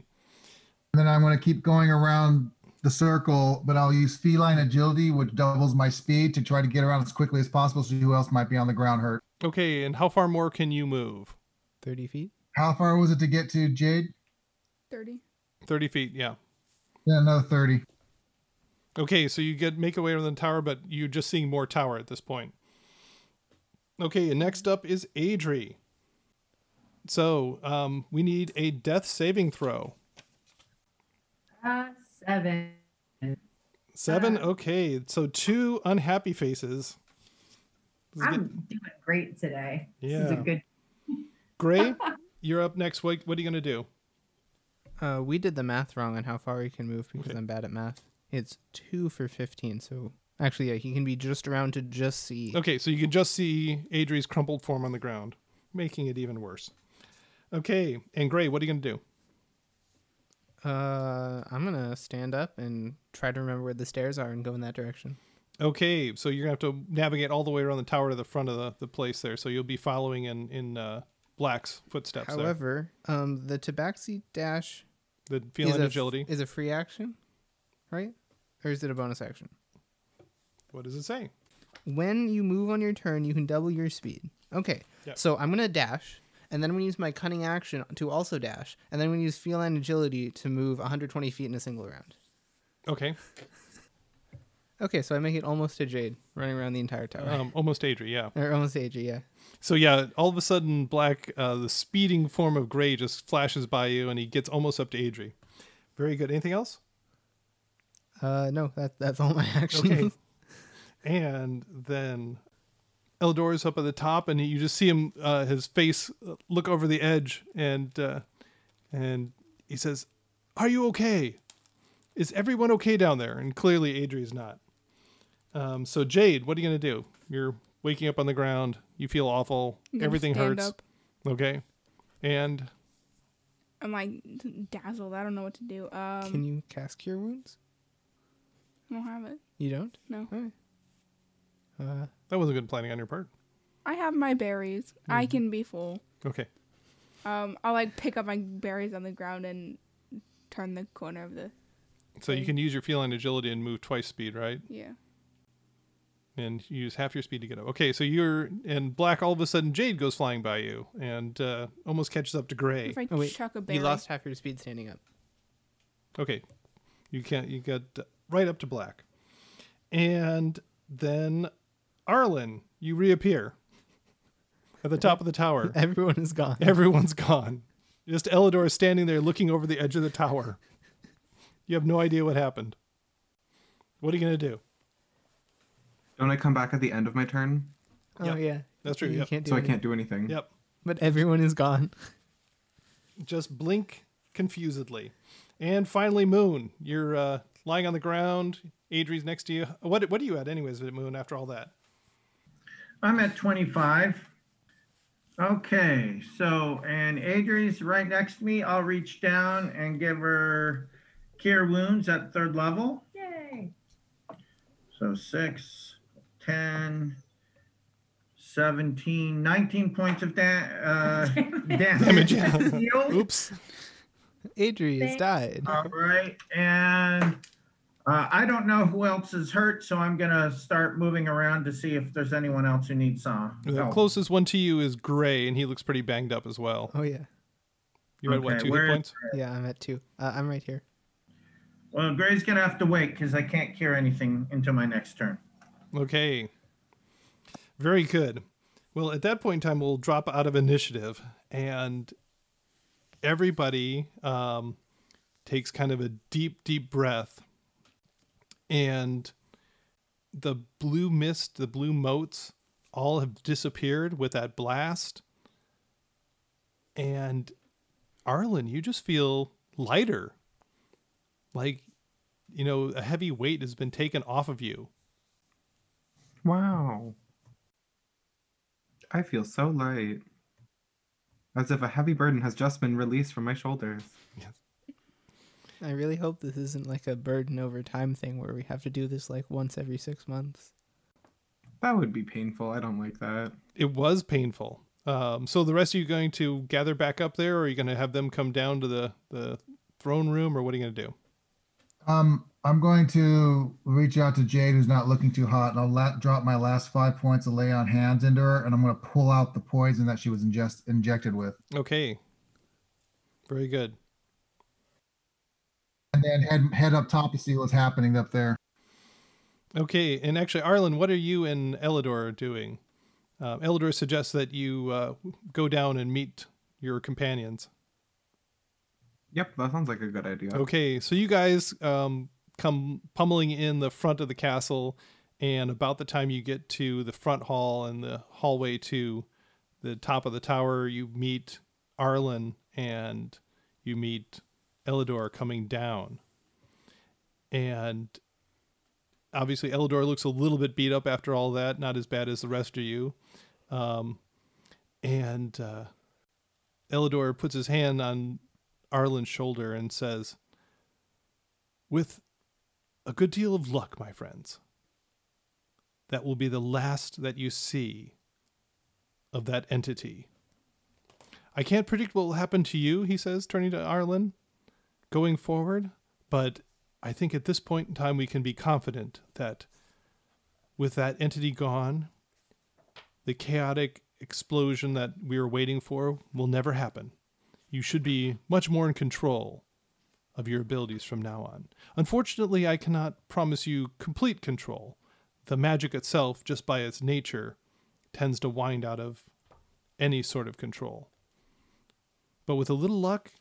Speaker 7: And then I'm going to keep going around the circle, but I'll use feline agility, which doubles my speed to try to get around as quickly as possible. So who else might be on the ground hurt?
Speaker 3: Okay. And how far more can you move?
Speaker 4: Thirty feet.
Speaker 7: How far was it to get to Jade?
Speaker 5: Thirty.
Speaker 3: Thirty feet. Yeah.
Speaker 7: Yeah, another 30.
Speaker 3: Okay. So you get make away from the tower, but you're just seeing more tower at this point. Okay. And next up is Adri. So um, we need a death saving throw.
Speaker 8: Uh, seven.
Speaker 3: Seven. Okay. So two unhappy faces. This is
Speaker 8: I'm
Speaker 3: good-
Speaker 8: doing great today. This is
Speaker 3: Yeah.
Speaker 8: a good.
Speaker 3: Gray, you're up next. What, what are you going to do?
Speaker 4: Uh, we did the math wrong on how far he can move because
Speaker 3: Okay.
Speaker 4: I'm bad at math. It's two for fifteen. So actually, yeah, he can be just around to just see.
Speaker 3: Okay, so you can just see Adri's crumpled form on the ground, making it even worse. Okay, and Gray, what are you going to do?
Speaker 4: Uh, I'm gonna stand up and try to remember where the stairs are and go in that direction.
Speaker 3: Okay, so you're going to have to navigate all the way around the tower to the front of the, the place there. So you'll be following in, in uh, Black's footsteps there.
Speaker 4: However, um, the Tabaxi dash
Speaker 3: The
Speaker 4: is
Speaker 3: feline
Speaker 4: a,
Speaker 3: agility.
Speaker 4: is a free action, right? Or is it a bonus action?
Speaker 3: what does it say?
Speaker 4: When you move on your turn, you can double your speed. Okay,
Speaker 3: Yep.
Speaker 4: so I'm gonna dash, and then I'm gonna use my cunning action to also dash, and then I'm gonna use feline agility to move 120 feet in a single round.
Speaker 3: Okay,
Speaker 4: Okay, so I make it almost to Jade, running around the entire tower.
Speaker 3: um, almost Adri, yeah.
Speaker 4: or almost to Adri, yeah.
Speaker 3: So yeah, all of a sudden, Black, uh, the speeding form of Gray just flashes by you, and he gets almost up to Adri. Very good. Anything else?
Speaker 4: Uh, no, that that's all my actions.
Speaker 3: Okay. and then Eldor is up at the top, and you just see him, uh, his face uh, look over the edge, and uh, and he says, "Are you okay?" is everyone okay down there? And clearly, Adri's not. Um, so Jade, what are you gonna do? You're waking up on the ground. You feel awful.
Speaker 5: I'm gonna
Speaker 3: Everything
Speaker 5: stand
Speaker 3: hurts.
Speaker 5: up.
Speaker 3: Okay, and
Speaker 5: I'm like dazzled. I don't know what to do. Um,
Speaker 4: Can you cast cure wounds?
Speaker 5: I don't have it.
Speaker 4: You don't?
Speaker 5: No.
Speaker 4: All right. Uh,
Speaker 3: that wasn't good planning on your part.
Speaker 5: I have my berries. I
Speaker 4: Mm-hmm.
Speaker 5: can be full.
Speaker 3: Okay.
Speaker 5: Um, I'll like pick up my berries on the ground and turn the corner of the
Speaker 3: So you can use your feline agility and move twice speed, right?
Speaker 5: yeah.
Speaker 3: And you use half your speed to get up. Okay, so you're and black. All of a sudden, Jade goes flying by you and uh, almost catches up to Gray.
Speaker 5: If I
Speaker 4: oh wait,
Speaker 5: chuck a berry,
Speaker 4: you lost half your speed standing up.
Speaker 3: Okay, you can't. You got uh, right up to black, and then Arlen, you reappear at the top of the tower.
Speaker 4: Everyone is gone.
Speaker 3: Everyone's gone. Just Elidor is standing there looking over the edge of the tower. You have no idea what happened. What are you gonna do?
Speaker 2: Don't I come back at the end of my turn?
Speaker 4: oh
Speaker 3: Yep.
Speaker 4: yeah,
Speaker 3: That's true,
Speaker 4: You
Speaker 3: yep.
Speaker 4: can't do
Speaker 2: So I
Speaker 4: anything.
Speaker 2: can't do anything.
Speaker 3: Yep.
Speaker 4: But everyone is gone.
Speaker 3: just blink confusedly. And finally, Moon, you're uh, lying on the ground. Adri's next to you. What what are you at, anyways, Moon? After all that,
Speaker 1: I'm at 25. Okay, so, and Adri's right next to me. I'll reach down and give her cure wounds at third level.
Speaker 8: Yay.
Speaker 1: So 6, 10, 17, 19 points of da- uh,
Speaker 8: Damn it.
Speaker 1: damage.
Speaker 3: Damage.
Speaker 1: Deal.
Speaker 3: oops.
Speaker 4: Adri has
Speaker 8: Thanks.
Speaker 4: died.
Speaker 1: All right, and uh, I don't know who else is hurt, so I'm gonna start moving around to see if there's anyone else who needs uh, some.
Speaker 3: The closest one to you is Gray, and he looks pretty banged up as well.
Speaker 4: Oh yeah,
Speaker 3: You had what
Speaker 1: Okay,
Speaker 3: two hit
Speaker 1: where-
Speaker 3: points?
Speaker 4: yeah. I'm at two. Uh, I'm right here.
Speaker 1: Well, Gray's gonna have to wait because I can't cure anything until my next turn.
Speaker 3: Okay. Very good. Well, at that point in time, we'll drop out of initiative, and everybody um, takes kind of a deep, deep breath. And the blue mist, the blue motes, all have disappeared with that blast. And Arlen, you just feel lighter. Like, you know, a heavy weight has been taken off of you.
Speaker 2: Wow. I feel so light. As if a heavy burden has just been released from my shoulders.
Speaker 4: I really hope this isn't like a burden over time thing where we have to do this like once every six months.
Speaker 2: That would be painful. I don't like that.
Speaker 3: it was painful. Um, so the rest of you going to gather back up there, or are you going to have them come down to the the throne room, or what are you going to do?
Speaker 7: Um, I'm going to reach out to Jade, who's not looking too hot, and I'll la- drop my last five points of lay on hands into her, and I'm going to pull out the poison that she was ingest- injected with,
Speaker 3: Okay, very good.
Speaker 7: and then head head up top to see what's happening up there.
Speaker 3: Okay, and actually, Arlen, what are you and Elidor doing? Um, Elidor suggests that you uh, go down and meet your companions.
Speaker 2: Yep, that sounds like a good idea.
Speaker 3: Okay, so you guys um, come pummeling in the front of the castle, and about the time you get to the front hall and the hallway to the top of the tower, you meet Arlen and you meet Elidor coming down. And obviously, Elidor looks a little bit beat up after all that, not as bad as the rest of you. Um, and uh, Elidor puts his hand on Arlen's shoulder and says, With a good deal of luck, my friends, that will be the last that you see of that entity. I can't predict what will happen to you, he says, turning to Arlen, going forward, but I think at this point in time we can be confident that with that entity gone, the chaotic explosion that we were waiting for will never happen you should be much more in control of your abilities from now on. Unfortunately, I cannot promise you complete control. The magic itself, just by its nature, tends to wind out of any sort of control. But with a little luck,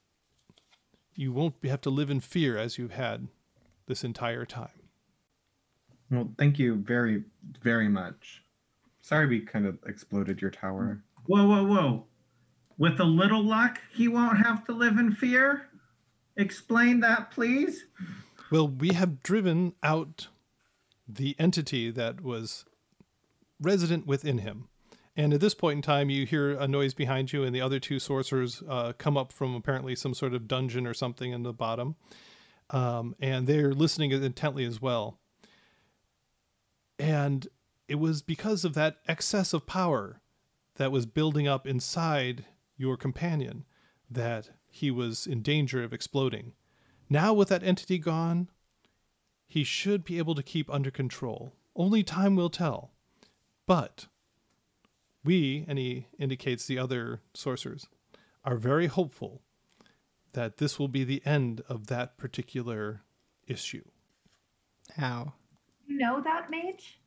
Speaker 3: you won't be- have to live in fear as you've had this entire time.
Speaker 2: Well, thank you very, very much. Sorry we kind of exploded your tower.
Speaker 1: Whoa, whoa, whoa! With a little luck, he won't have to live in fear. Explain that, please.
Speaker 3: Well, we have driven out the entity that was resident within him. And at this point in time, you hear a noise behind you, and the other two sorcerers uh, come up from apparently some sort of dungeon or something in the bottom. Um, and they're listening intently as well. And it was because of that excess of power that was building up inside your companion that he was in danger of exploding. Now, with that entity gone, he should be able to keep under control. Only time will tell. But we, and he indicates the other sorcerers, are very hopeful that this will be the end of that particular issue.
Speaker 4: How?
Speaker 8: You know that mage?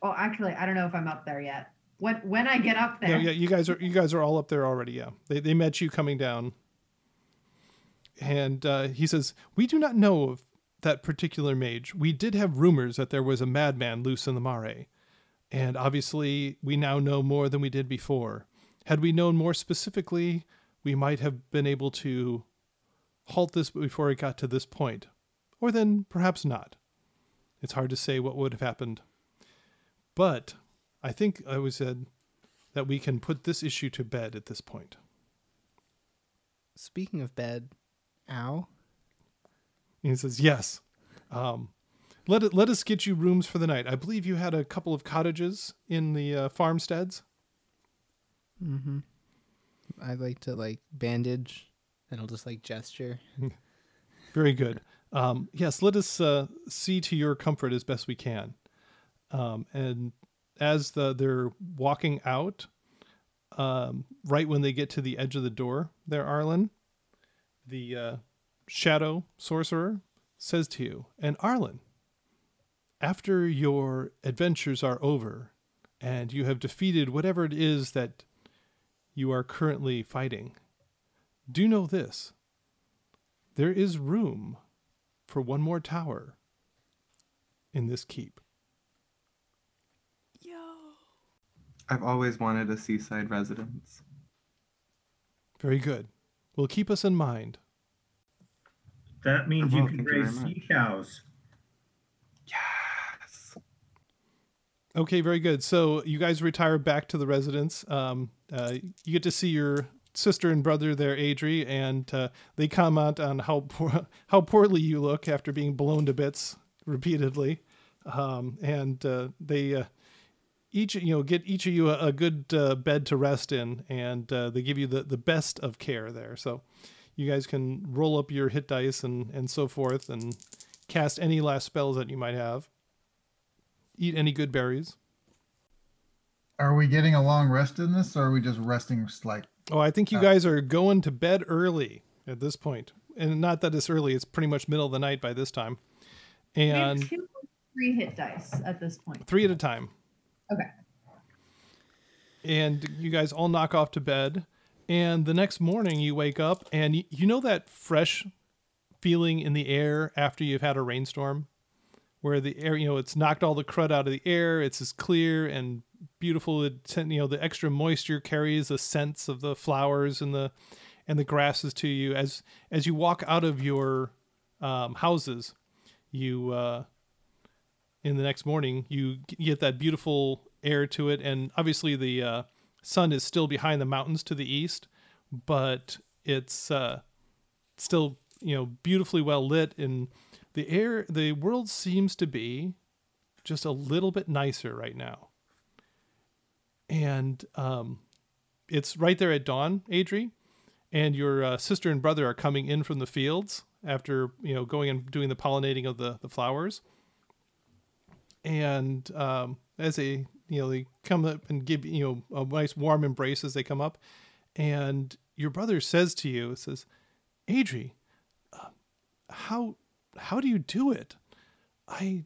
Speaker 8: Oh, actually, I don't know if I'm up there yet. When when I get up
Speaker 3: No,
Speaker 8: there,
Speaker 3: yeah, you guys are you guys are all up there already. Yeah, they they met you coming down, and uh, he says, "We do not know of that particular mage. We did have rumors that there was a madman loose in the mare, and obviously we now know more than we did before. Had we known more specifically, we might have been able to halt this before it got to this point, or then perhaps not. It's hard to say what would have happened, but." I think I was said that we can put this issue to bed at this point.
Speaker 4: Speaking of bed, ow.
Speaker 3: And he says, "Yes, um, let it, let us get you rooms for the night. I believe you had a couple of cottages in the uh, farmsteads.
Speaker 4: Mm-hmm. I like to like bandage, and I'll just like gesture.
Speaker 3: Very good. Um, yes, let us uh, see to your comfort as best we can." Um, and as the, they're walking out, um, right when they get to the edge of the door, there, Arlen, the uh, shadow sorcerer says to you, and Arlen, after your adventures are over and you have defeated whatever it is that you are currently fighting, do know this there is room for one more tower in this keep.
Speaker 5: Yo.
Speaker 2: I've always wanted a seaside residence.
Speaker 3: Very good. Well, keep us in mind.
Speaker 1: That means you
Speaker 2: Well,
Speaker 1: can
Speaker 2: thank you
Speaker 1: raise
Speaker 2: very much.
Speaker 1: sea cows.
Speaker 2: Yes.
Speaker 3: Okay, very good. So you guys retire back to the residence. Um, uh, you get to see your sister and brother there, Adri, and uh, they comment on how poor, how poorly you look after being blown to bits repeatedly. Um, and uh, they uh, each you know get each of you a, a good uh, bed to rest in, and uh, they give you the, the best of care there. So you guys can roll up your hit dice and and so forth, and cast any last spells that you might have. Eat any good berries.
Speaker 7: Are we getting a long rest in this, or are we just resting like?
Speaker 3: Oh, I think you guys are going to bed early at this point. And not that it's early, it's pretty much middle of the night by this time.
Speaker 8: we have
Speaker 3: And
Speaker 8: two or three hit dice at this point.
Speaker 3: three at a time.
Speaker 8: Okay.
Speaker 3: And you guys all knock off to bed. And the next morning you wake up and y- you know that fresh feeling in the air after you've had a rainstorm where the air, you know, it's knocked all the crud out of the air. It's as clear and beautiful. It, sent- you know, the extra moisture carries the scents of the flowers and the, and the grasses to you as, as you walk out of your um, houses, you, uh, in the next morning you g- get that beautiful air to it and obviously the uh, sun is still behind the mountains to the east but it's uh, still you know beautifully well lit and the air the world seems to be just a little bit nicer right now and um, it's right there at dawn adri and your uh, sister and brother are coming in from the fields after you know going and doing the pollinating of the, the flowers and um, as they you know they come up and give you know a nice warm embrace as they come up and your brother says to you says adri uh, how how do you do it i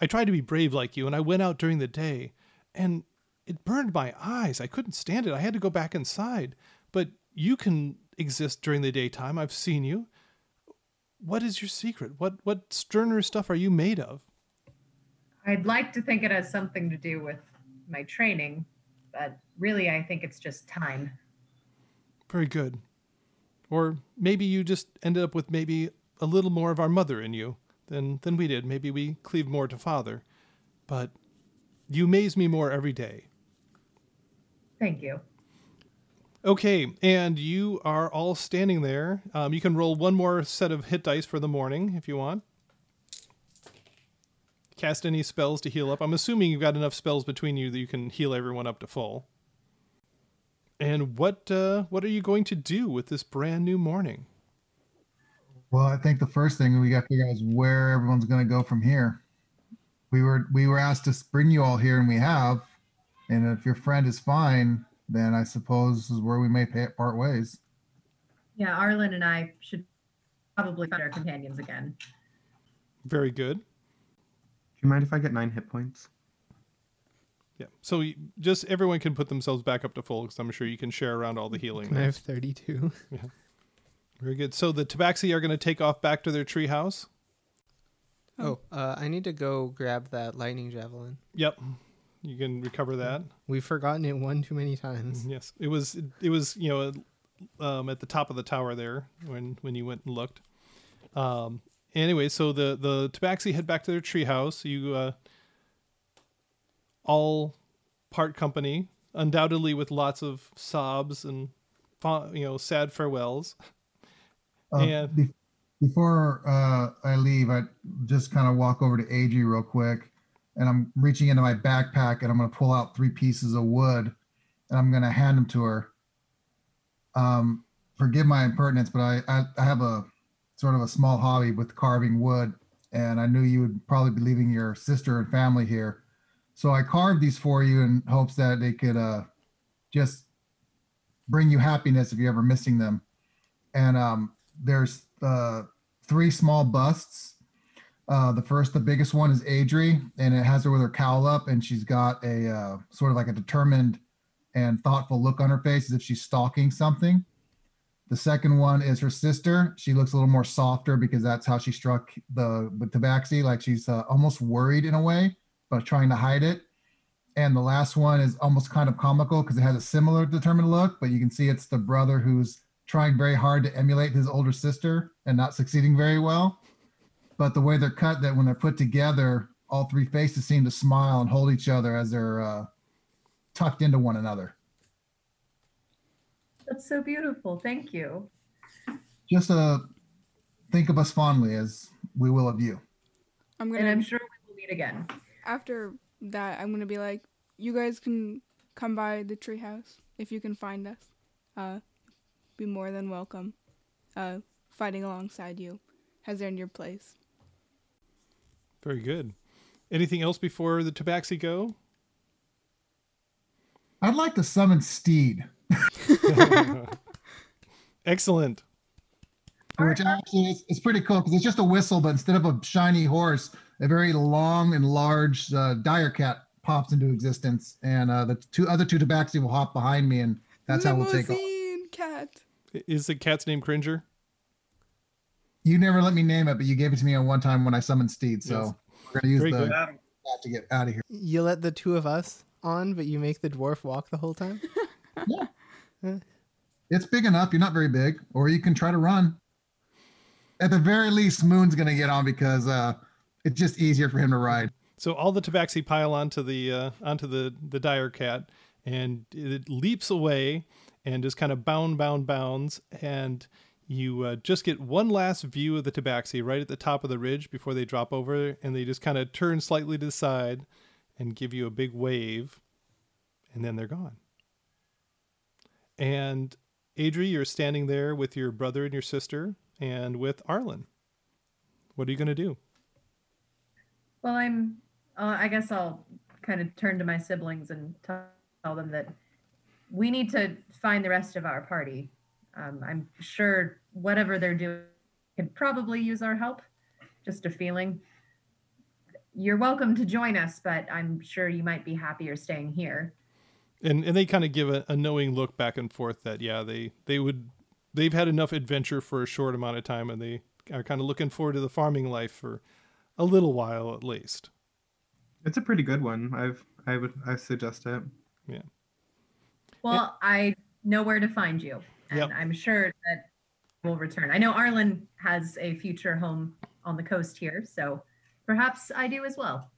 Speaker 3: i tried to be brave like you and i went out during the day and it burned my eyes i couldn't stand it i had to go back inside but you can exist during the daytime i've seen you what is your secret what what sterner stuff are you made of
Speaker 8: I'd like to think it has something to do with my training, but really, I think it's just time.
Speaker 3: Very good. Or maybe you just ended up with maybe a little more of our mother in you than than we did. Maybe we cleave more to father, but you amaze me more every day.
Speaker 8: Thank you.
Speaker 3: Okay, and you are all standing there. Um, you can roll one more set of hit dice for the morning if you want. Cast any spells to heal up. I'm assuming you've got enough spells between you that you can heal everyone up to full. And what uh, what are you going to do with this brand new morning?
Speaker 7: Well, I think the first thing we got to figure out is where everyone's going to go from here. We were we were asked to bring you all here, and we have. And if your friend is fine, then I suppose is where we may pa- part ways.
Speaker 8: Yeah, Arlen and I should probably find our companions again.
Speaker 3: Very good.
Speaker 2: you mind if I get nine hit points?
Speaker 3: Yeah. So you- just everyone can put themselves back up to full because I'm sure you can share around all the healing.
Speaker 4: I have 32.
Speaker 3: Very good. So the Tabaxi are going to take off back to their treehouse.
Speaker 4: Oh, uh, I need to go grab that lightning javelin.
Speaker 3: Yep. You can recover that.
Speaker 4: We've forgotten it one too many times.
Speaker 3: Yes. It was it was, you know, um, at the top of the tower there when when you went and looked. Um anyway, so the the Tabaxi head back to their treehouse. You uh all part company, undoubtedly with lots of sobs and fa- you know, sad farewells.
Speaker 7: Uh,
Speaker 3: Yeah.
Speaker 7: be- before uh, I leave, I just kind of walk over to Adri real quick, and I'm reaching into my backpack and I'm going to pull out three pieces of wood, and I'm going to hand them to her. Um, forgive my impertinence, but I, I I have a sort of a small hobby with carving wood, and I knew you would probably be leaving your sister and family here, so I carved these for you in hopes that they could uh, just bring you happiness if you're ever missing them and um, there's uh, three small busts. Uh, the first, the biggest one is Adri, and it has her with her cowl up, and she's got a uh, sort of like a determined and thoughtful look on her face as if she's stalking something. The second one is her sister. She looks a little more softer because that's how she struck the, the tabaxi, like she's uh, almost worried in a way, but trying to hide it. And the last one is almost kind of comical because it has a similar determined look, but you can see it's the brother who's trying very hard to emulate his older sister and not succeeding very well. But the way they're cut, that when they're put together, all three faces seem to smile and hold each other as they're uh, tucked into one another.
Speaker 8: That's so beautiful. Thank you.
Speaker 7: Just uh, think of us fondly as we will of you.
Speaker 5: I'm
Speaker 8: And
Speaker 5: gonna
Speaker 8: I'm sure we will meet again.
Speaker 5: after that I'm gonna be like, you guys can come by the treehouse if you can find us. Uh, be more than welcome. Uh, fighting alongside you has earned your place.
Speaker 3: Very good. Anything else before the Tabaxi go?
Speaker 7: I'd like to summon Steed,
Speaker 3: Excellent.
Speaker 7: which actually is, is pretty cool because it's just a whistle, but instead of a shiny horse, a very long and large uh, dire cat pops into existence, and uh, the two other two tabaxi will hop behind me, and that's how we'll take off.
Speaker 5: Limousine cat.
Speaker 3: Is the cat's name Cringer?
Speaker 7: You never let me name it, but you gave it to me on one time when I summoned Steed. So
Speaker 3: Yes.
Speaker 7: we're gonna use
Speaker 3: Very
Speaker 7: the
Speaker 3: good.
Speaker 7: cat to get out of here.
Speaker 4: You let the two of us on, but you make the dwarf walk the whole time?
Speaker 7: It's big enough. You're not very big, or you can try to run. At the very least, Moon's gonna get on because uh, it's just easier for him to ride.
Speaker 3: So all the tabaxi pile onto the uh, onto the the dire cat, and it leaps away and just kind of bound, bound, bounds, and you uh, just get one last view of the tabaxi right at the top of the ridge before they drop over, and they just kind of turn slightly to the side and give you a big wave, and then they're gone. And Adri, you're standing there with your brother and your sister, and with Arlen. What are you going to do?
Speaker 8: Well, I'm. Uh, I guess I'll kind of turn to my siblings and tell tell them that we need to find the rest of our party. Um, I'm sure whatever they're doing can probably use our help. Just a feeling. You're welcome to join us, but I'm sure you might be happier staying here.
Speaker 3: and and they kind of give a, a knowing look back and forth that yeah they they would they've had enough adventure for a short amount of time and they are kind of looking forward to the farming life for a little while at least
Speaker 2: It's a pretty good one. I've I would I suggest it.
Speaker 8: Well, I know where to find you, and
Speaker 3: Yep.
Speaker 8: I'm sure that will return. I know Arlen has a future home on the coast here, so perhaps I do as well.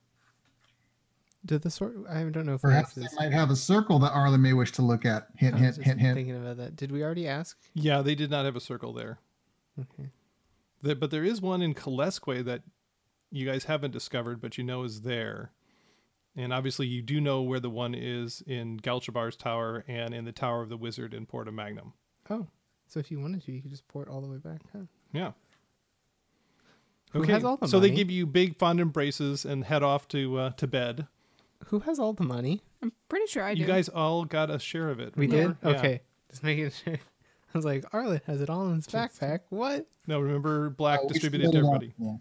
Speaker 4: Did the sword? I don't know if we asked
Speaker 7: Perhaps I
Speaker 4: this.
Speaker 7: might have a circle that Arlen may wish to look at.
Speaker 4: I
Speaker 7: Hint,
Speaker 4: was
Speaker 7: hint,
Speaker 4: just
Speaker 7: hint, hint.
Speaker 4: Thinking about that. Did we already ask?
Speaker 3: Yeah, they did not have a circle there.
Speaker 4: Okay.
Speaker 3: There- but there is one in Kalesque that you guys haven't discovered, but you know is there. And obviously, you do know where the one is in Galchabar's Tower and in the Tower of the Wizard in Porta Magnum.
Speaker 4: Oh, so if you wanted to, you could just pour it all the way back. Huh?
Speaker 3: Yeah.
Speaker 4: Who has all the
Speaker 3: so they
Speaker 4: money?
Speaker 3: give you big fond embraces and head off to uh, to bed.
Speaker 4: Who has all the money?
Speaker 5: I'm pretty sure I do.
Speaker 3: You guys all got a share of it.
Speaker 4: We did.
Speaker 3: remember? Yeah.
Speaker 4: Okay, just making sure. I was like, Arlen has it all in his backpack. What?
Speaker 3: No, remember Black
Speaker 7: Uh, we
Speaker 3: distributed
Speaker 7: split
Speaker 3: to
Speaker 7: it up,
Speaker 3: everybody.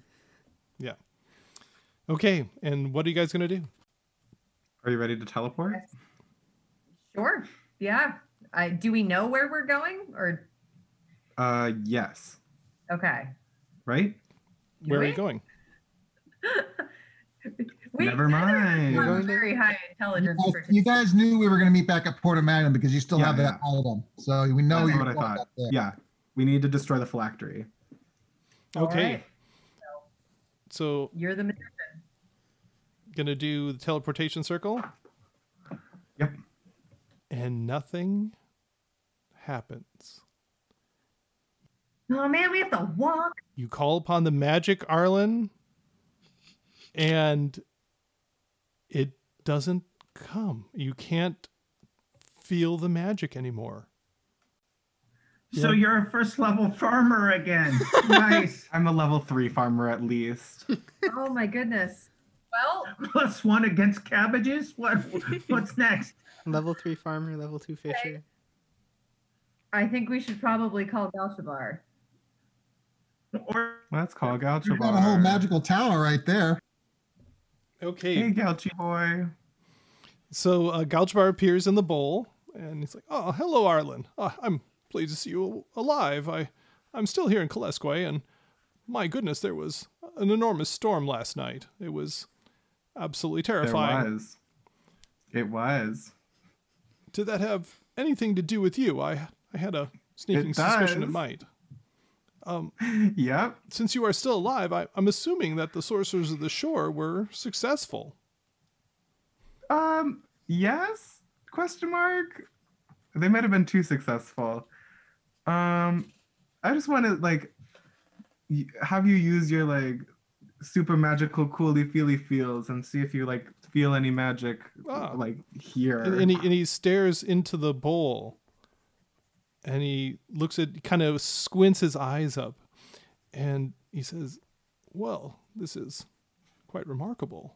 Speaker 7: yeah.
Speaker 3: Okay, and what are you guys gonna do?
Speaker 2: Are you ready to teleport?
Speaker 8: Sure. Yeah. I, do we know where we're going? Or
Speaker 2: Uh, yes.
Speaker 8: okay.
Speaker 2: Right?
Speaker 8: Do
Speaker 3: Where are
Speaker 8: we?
Speaker 3: you going?
Speaker 8: We
Speaker 2: Never mind.
Speaker 8: have
Speaker 4: You're going to-
Speaker 8: very high intelligence.
Speaker 7: You
Speaker 8: for
Speaker 7: guys, you guys knew we were going to meet back at Porta Magnum because you still
Speaker 2: Yeah,
Speaker 7: have that item. So we know
Speaker 2: That's
Speaker 7: you're
Speaker 2: what I
Speaker 7: going
Speaker 2: thought.
Speaker 7: up there.
Speaker 2: Yeah. We need to destroy the phylactery.
Speaker 8: All
Speaker 3: okay.
Speaker 8: right.
Speaker 3: So
Speaker 8: You're the magician.
Speaker 3: gonna do the teleportation circle.
Speaker 2: Yep.
Speaker 3: And nothing happens.
Speaker 8: Oh man, we have to walk.
Speaker 3: You call upon the magic Arlen, and it doesn't come. You can't feel the magic anymore.
Speaker 1: So you're a first level farmer again. Nice.
Speaker 2: I'm a level three farmer at least.
Speaker 8: Oh my goodness. Well,
Speaker 1: Plus one against cabbages. What? What's next?
Speaker 4: Level three farmer, level two fisher.
Speaker 8: I think we should probably call Belshabar.
Speaker 1: Or
Speaker 2: Let's call Gaucho.
Speaker 7: You've got a whole magical tower right there.
Speaker 3: Okay.
Speaker 2: Hey, Gaucho boy.
Speaker 3: So uh, Gouchbar appears in the bowl, and he's like, "Oh, hello, Arlen. Uh, I'm pleased to see you alive. I, I'm still here in Kalesque, and my goodness, there was an enormous storm last night. It was absolutely
Speaker 2: There
Speaker 3: terrifying.
Speaker 2: was. It was.
Speaker 3: Did that have anything to do with you? I, I had a sneaking
Speaker 2: It
Speaker 3: suspicion it
Speaker 2: does.
Speaker 3: might.
Speaker 2: Yep.
Speaker 3: Since you are still alive, I, I'm assuming that the sorcerers of the shore were successful.
Speaker 2: Um, yes? Question mark? They might have been too successful. Um, I just want to like y- have you use your like super magical cooly feely feels and see if you like feel any magic
Speaker 3: Ah.
Speaker 2: like here.
Speaker 3: And, and, he, and he stares into the bowl and he looks at, kind of squints his eyes up and he says, Well, this is quite remarkable.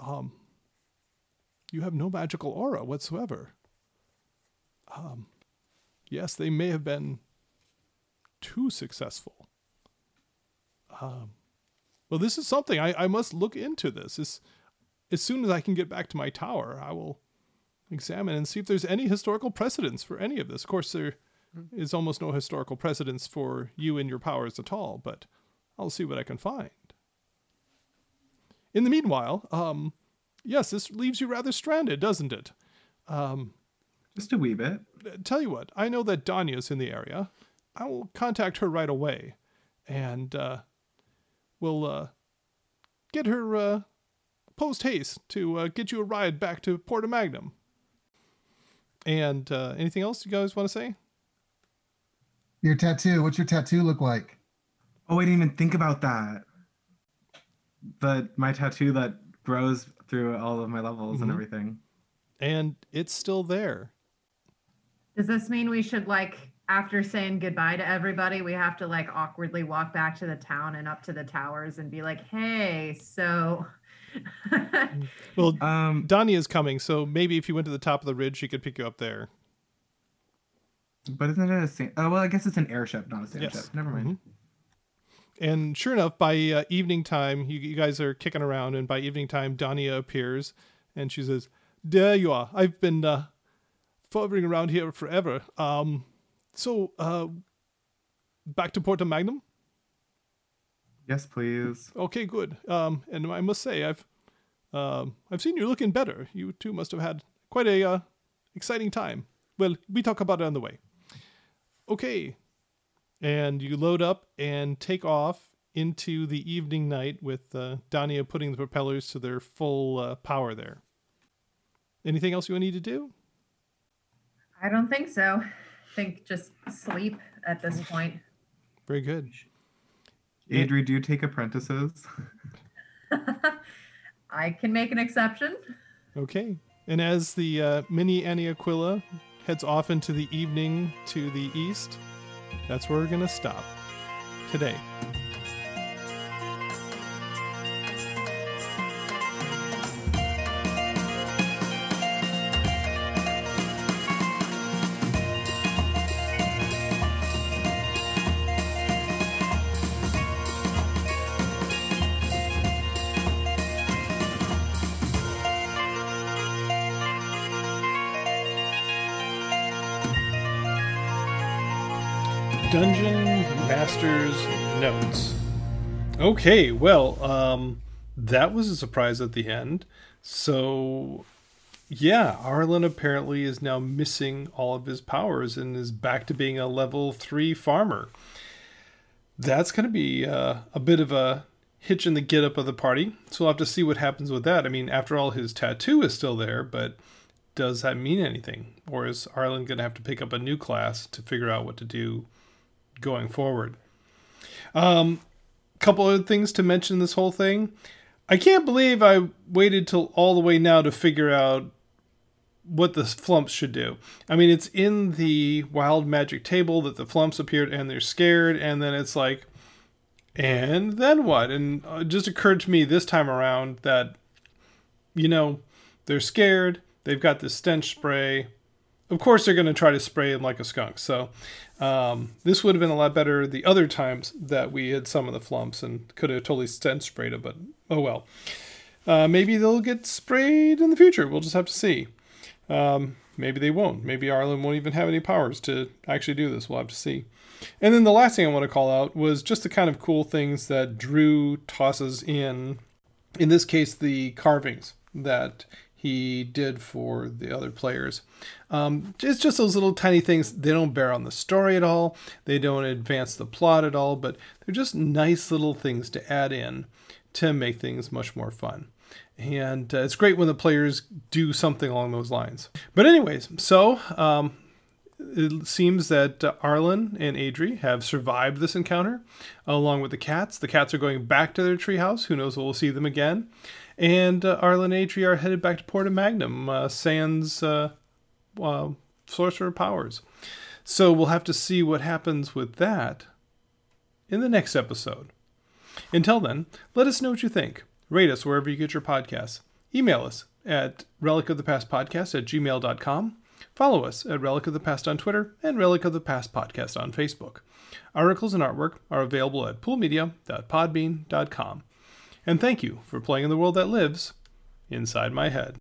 Speaker 3: Um, you have no magical aura whatsoever. Um, yes, they may have been too successful. Um, well, this is something I, I must look into. This is as soon as I can get back to my tower, I will examine and see if there's any historical precedence for any of this. Of course, there is almost no historical precedence for you and your powers at all, but I'll see what I can find. In the meanwhile, um, yes, this leaves you rather stranded, doesn't it?
Speaker 2: just a wee bit.
Speaker 3: tell you what, I know that Danya's in the area. I will contact her right away, and uh, we'll uh, get her uh, post haste to uh, get you a ride back to Porta Magnum. And uh, anything else you guys want to say?
Speaker 7: Your tattoo. What's your tattoo look like?
Speaker 2: Oh, I didn't even think about that. The my tattoo that grows through all of my levels and
Speaker 3: Mhm.
Speaker 2: everything.
Speaker 3: And it's still there.
Speaker 8: Does this mean we should like after saying goodbye to everybody, we have to like awkwardly walk back to the town and up to the towers and be like, "Hey, so
Speaker 3: Well,
Speaker 2: Um,
Speaker 3: Danya is coming, so maybe if you went to the top of the ridge, she could pick you up there.
Speaker 2: but isn't it a sand? Oh, well, I guess it's an airship, not a sand
Speaker 3: Yes. Mm-hmm.
Speaker 2: ship. Never mind.
Speaker 3: And sure enough, by uh, evening time, you, you guys are kicking around, and by evening time, Dania appears, and she says, "There you are. I've been uh, hovering around here forever. Um, so uh, back to Porta Magnum.
Speaker 2: Yes, please.
Speaker 3: Okay, good. Um, and I must say, I've um, I've seen you looking better. You two must have had quite a uh, exciting time. Well, we talk about it on the way. Okay,
Speaker 9: and you load up and take off into the evening night with uh, Dania putting the propellers to their full uh, power there. Anything else you need to do?
Speaker 8: I don't think so. I think just sleep at this point.
Speaker 9: Very good.
Speaker 2: Adri, do you take apprentices?
Speaker 8: I can make an exception.
Speaker 9: Okay. And as the uh, mini Annie Aquila heads off into the evening to the east, that's where we're going to stop today.
Speaker 3: Dungeon Master's Notes. Okay, well, um, that was a surprise at the end. So, yeah, Arlen apparently is now missing all of his powers and is back to being a level three farmer. That's going to be uh, a bit of a hitch in the get up of the party. So, we'll have to see what happens with that. I mean, after all, his tattoo is still there, but does that mean anything? Or is Arlen going to have to pick up a new class to figure out what to do going forward. Um, couple other things to mention this whole thing. I can't believe I waited till all the way now to figure out what the flumps should do. I mean, it's in the wild magic table that the flumps appeared and they're scared, and then it's like, and then what? And uh, it just occurred to me this time around that, you know, they're scared. They've got this stench spray. Of course, they're going to try to spray him like a skunk. So, um, this would have been a lot better the other times that we had some of the flumps and could have totally stench sprayed it, but oh well. Uh, maybe they'll get sprayed in the future. We'll just have to see. Um, maybe they won't. Maybe Arlen won't even have any powers to actually do this. We'll have to see. And then the last thing I want to call out was just the kind of cool things that Drew tosses in. In this case, the carvings that he did for the other players. Um, it's just those little tiny things. They don't bear on the story at all. They don't advance the plot at all, but they're just nice little things to add in to make things much more fun. And uh, it's great when the players do something along those lines. But, anyways, so um, it seems that uh, Arlen and Adri have survived this encounter along with the cats. The cats are going back to their treehouse. Who knows? We'll see them again. And uh, Arlen and Adri are headed back to Porta Magnum, uh, Sans uh, uh, Sorcerer Powers. So we'll have to see what happens with that in the next episode. Until then, let us know what you think. Rate us wherever you get your podcasts. Email us at relicofthepastpodcast at gmail.com. Follow us at Relic of the Past on Twitter and Relic of the Past Podcast on Facebook. Articles and artwork are available at poolmedia.podbean.com. And thank you for playing in the world that lives inside my head.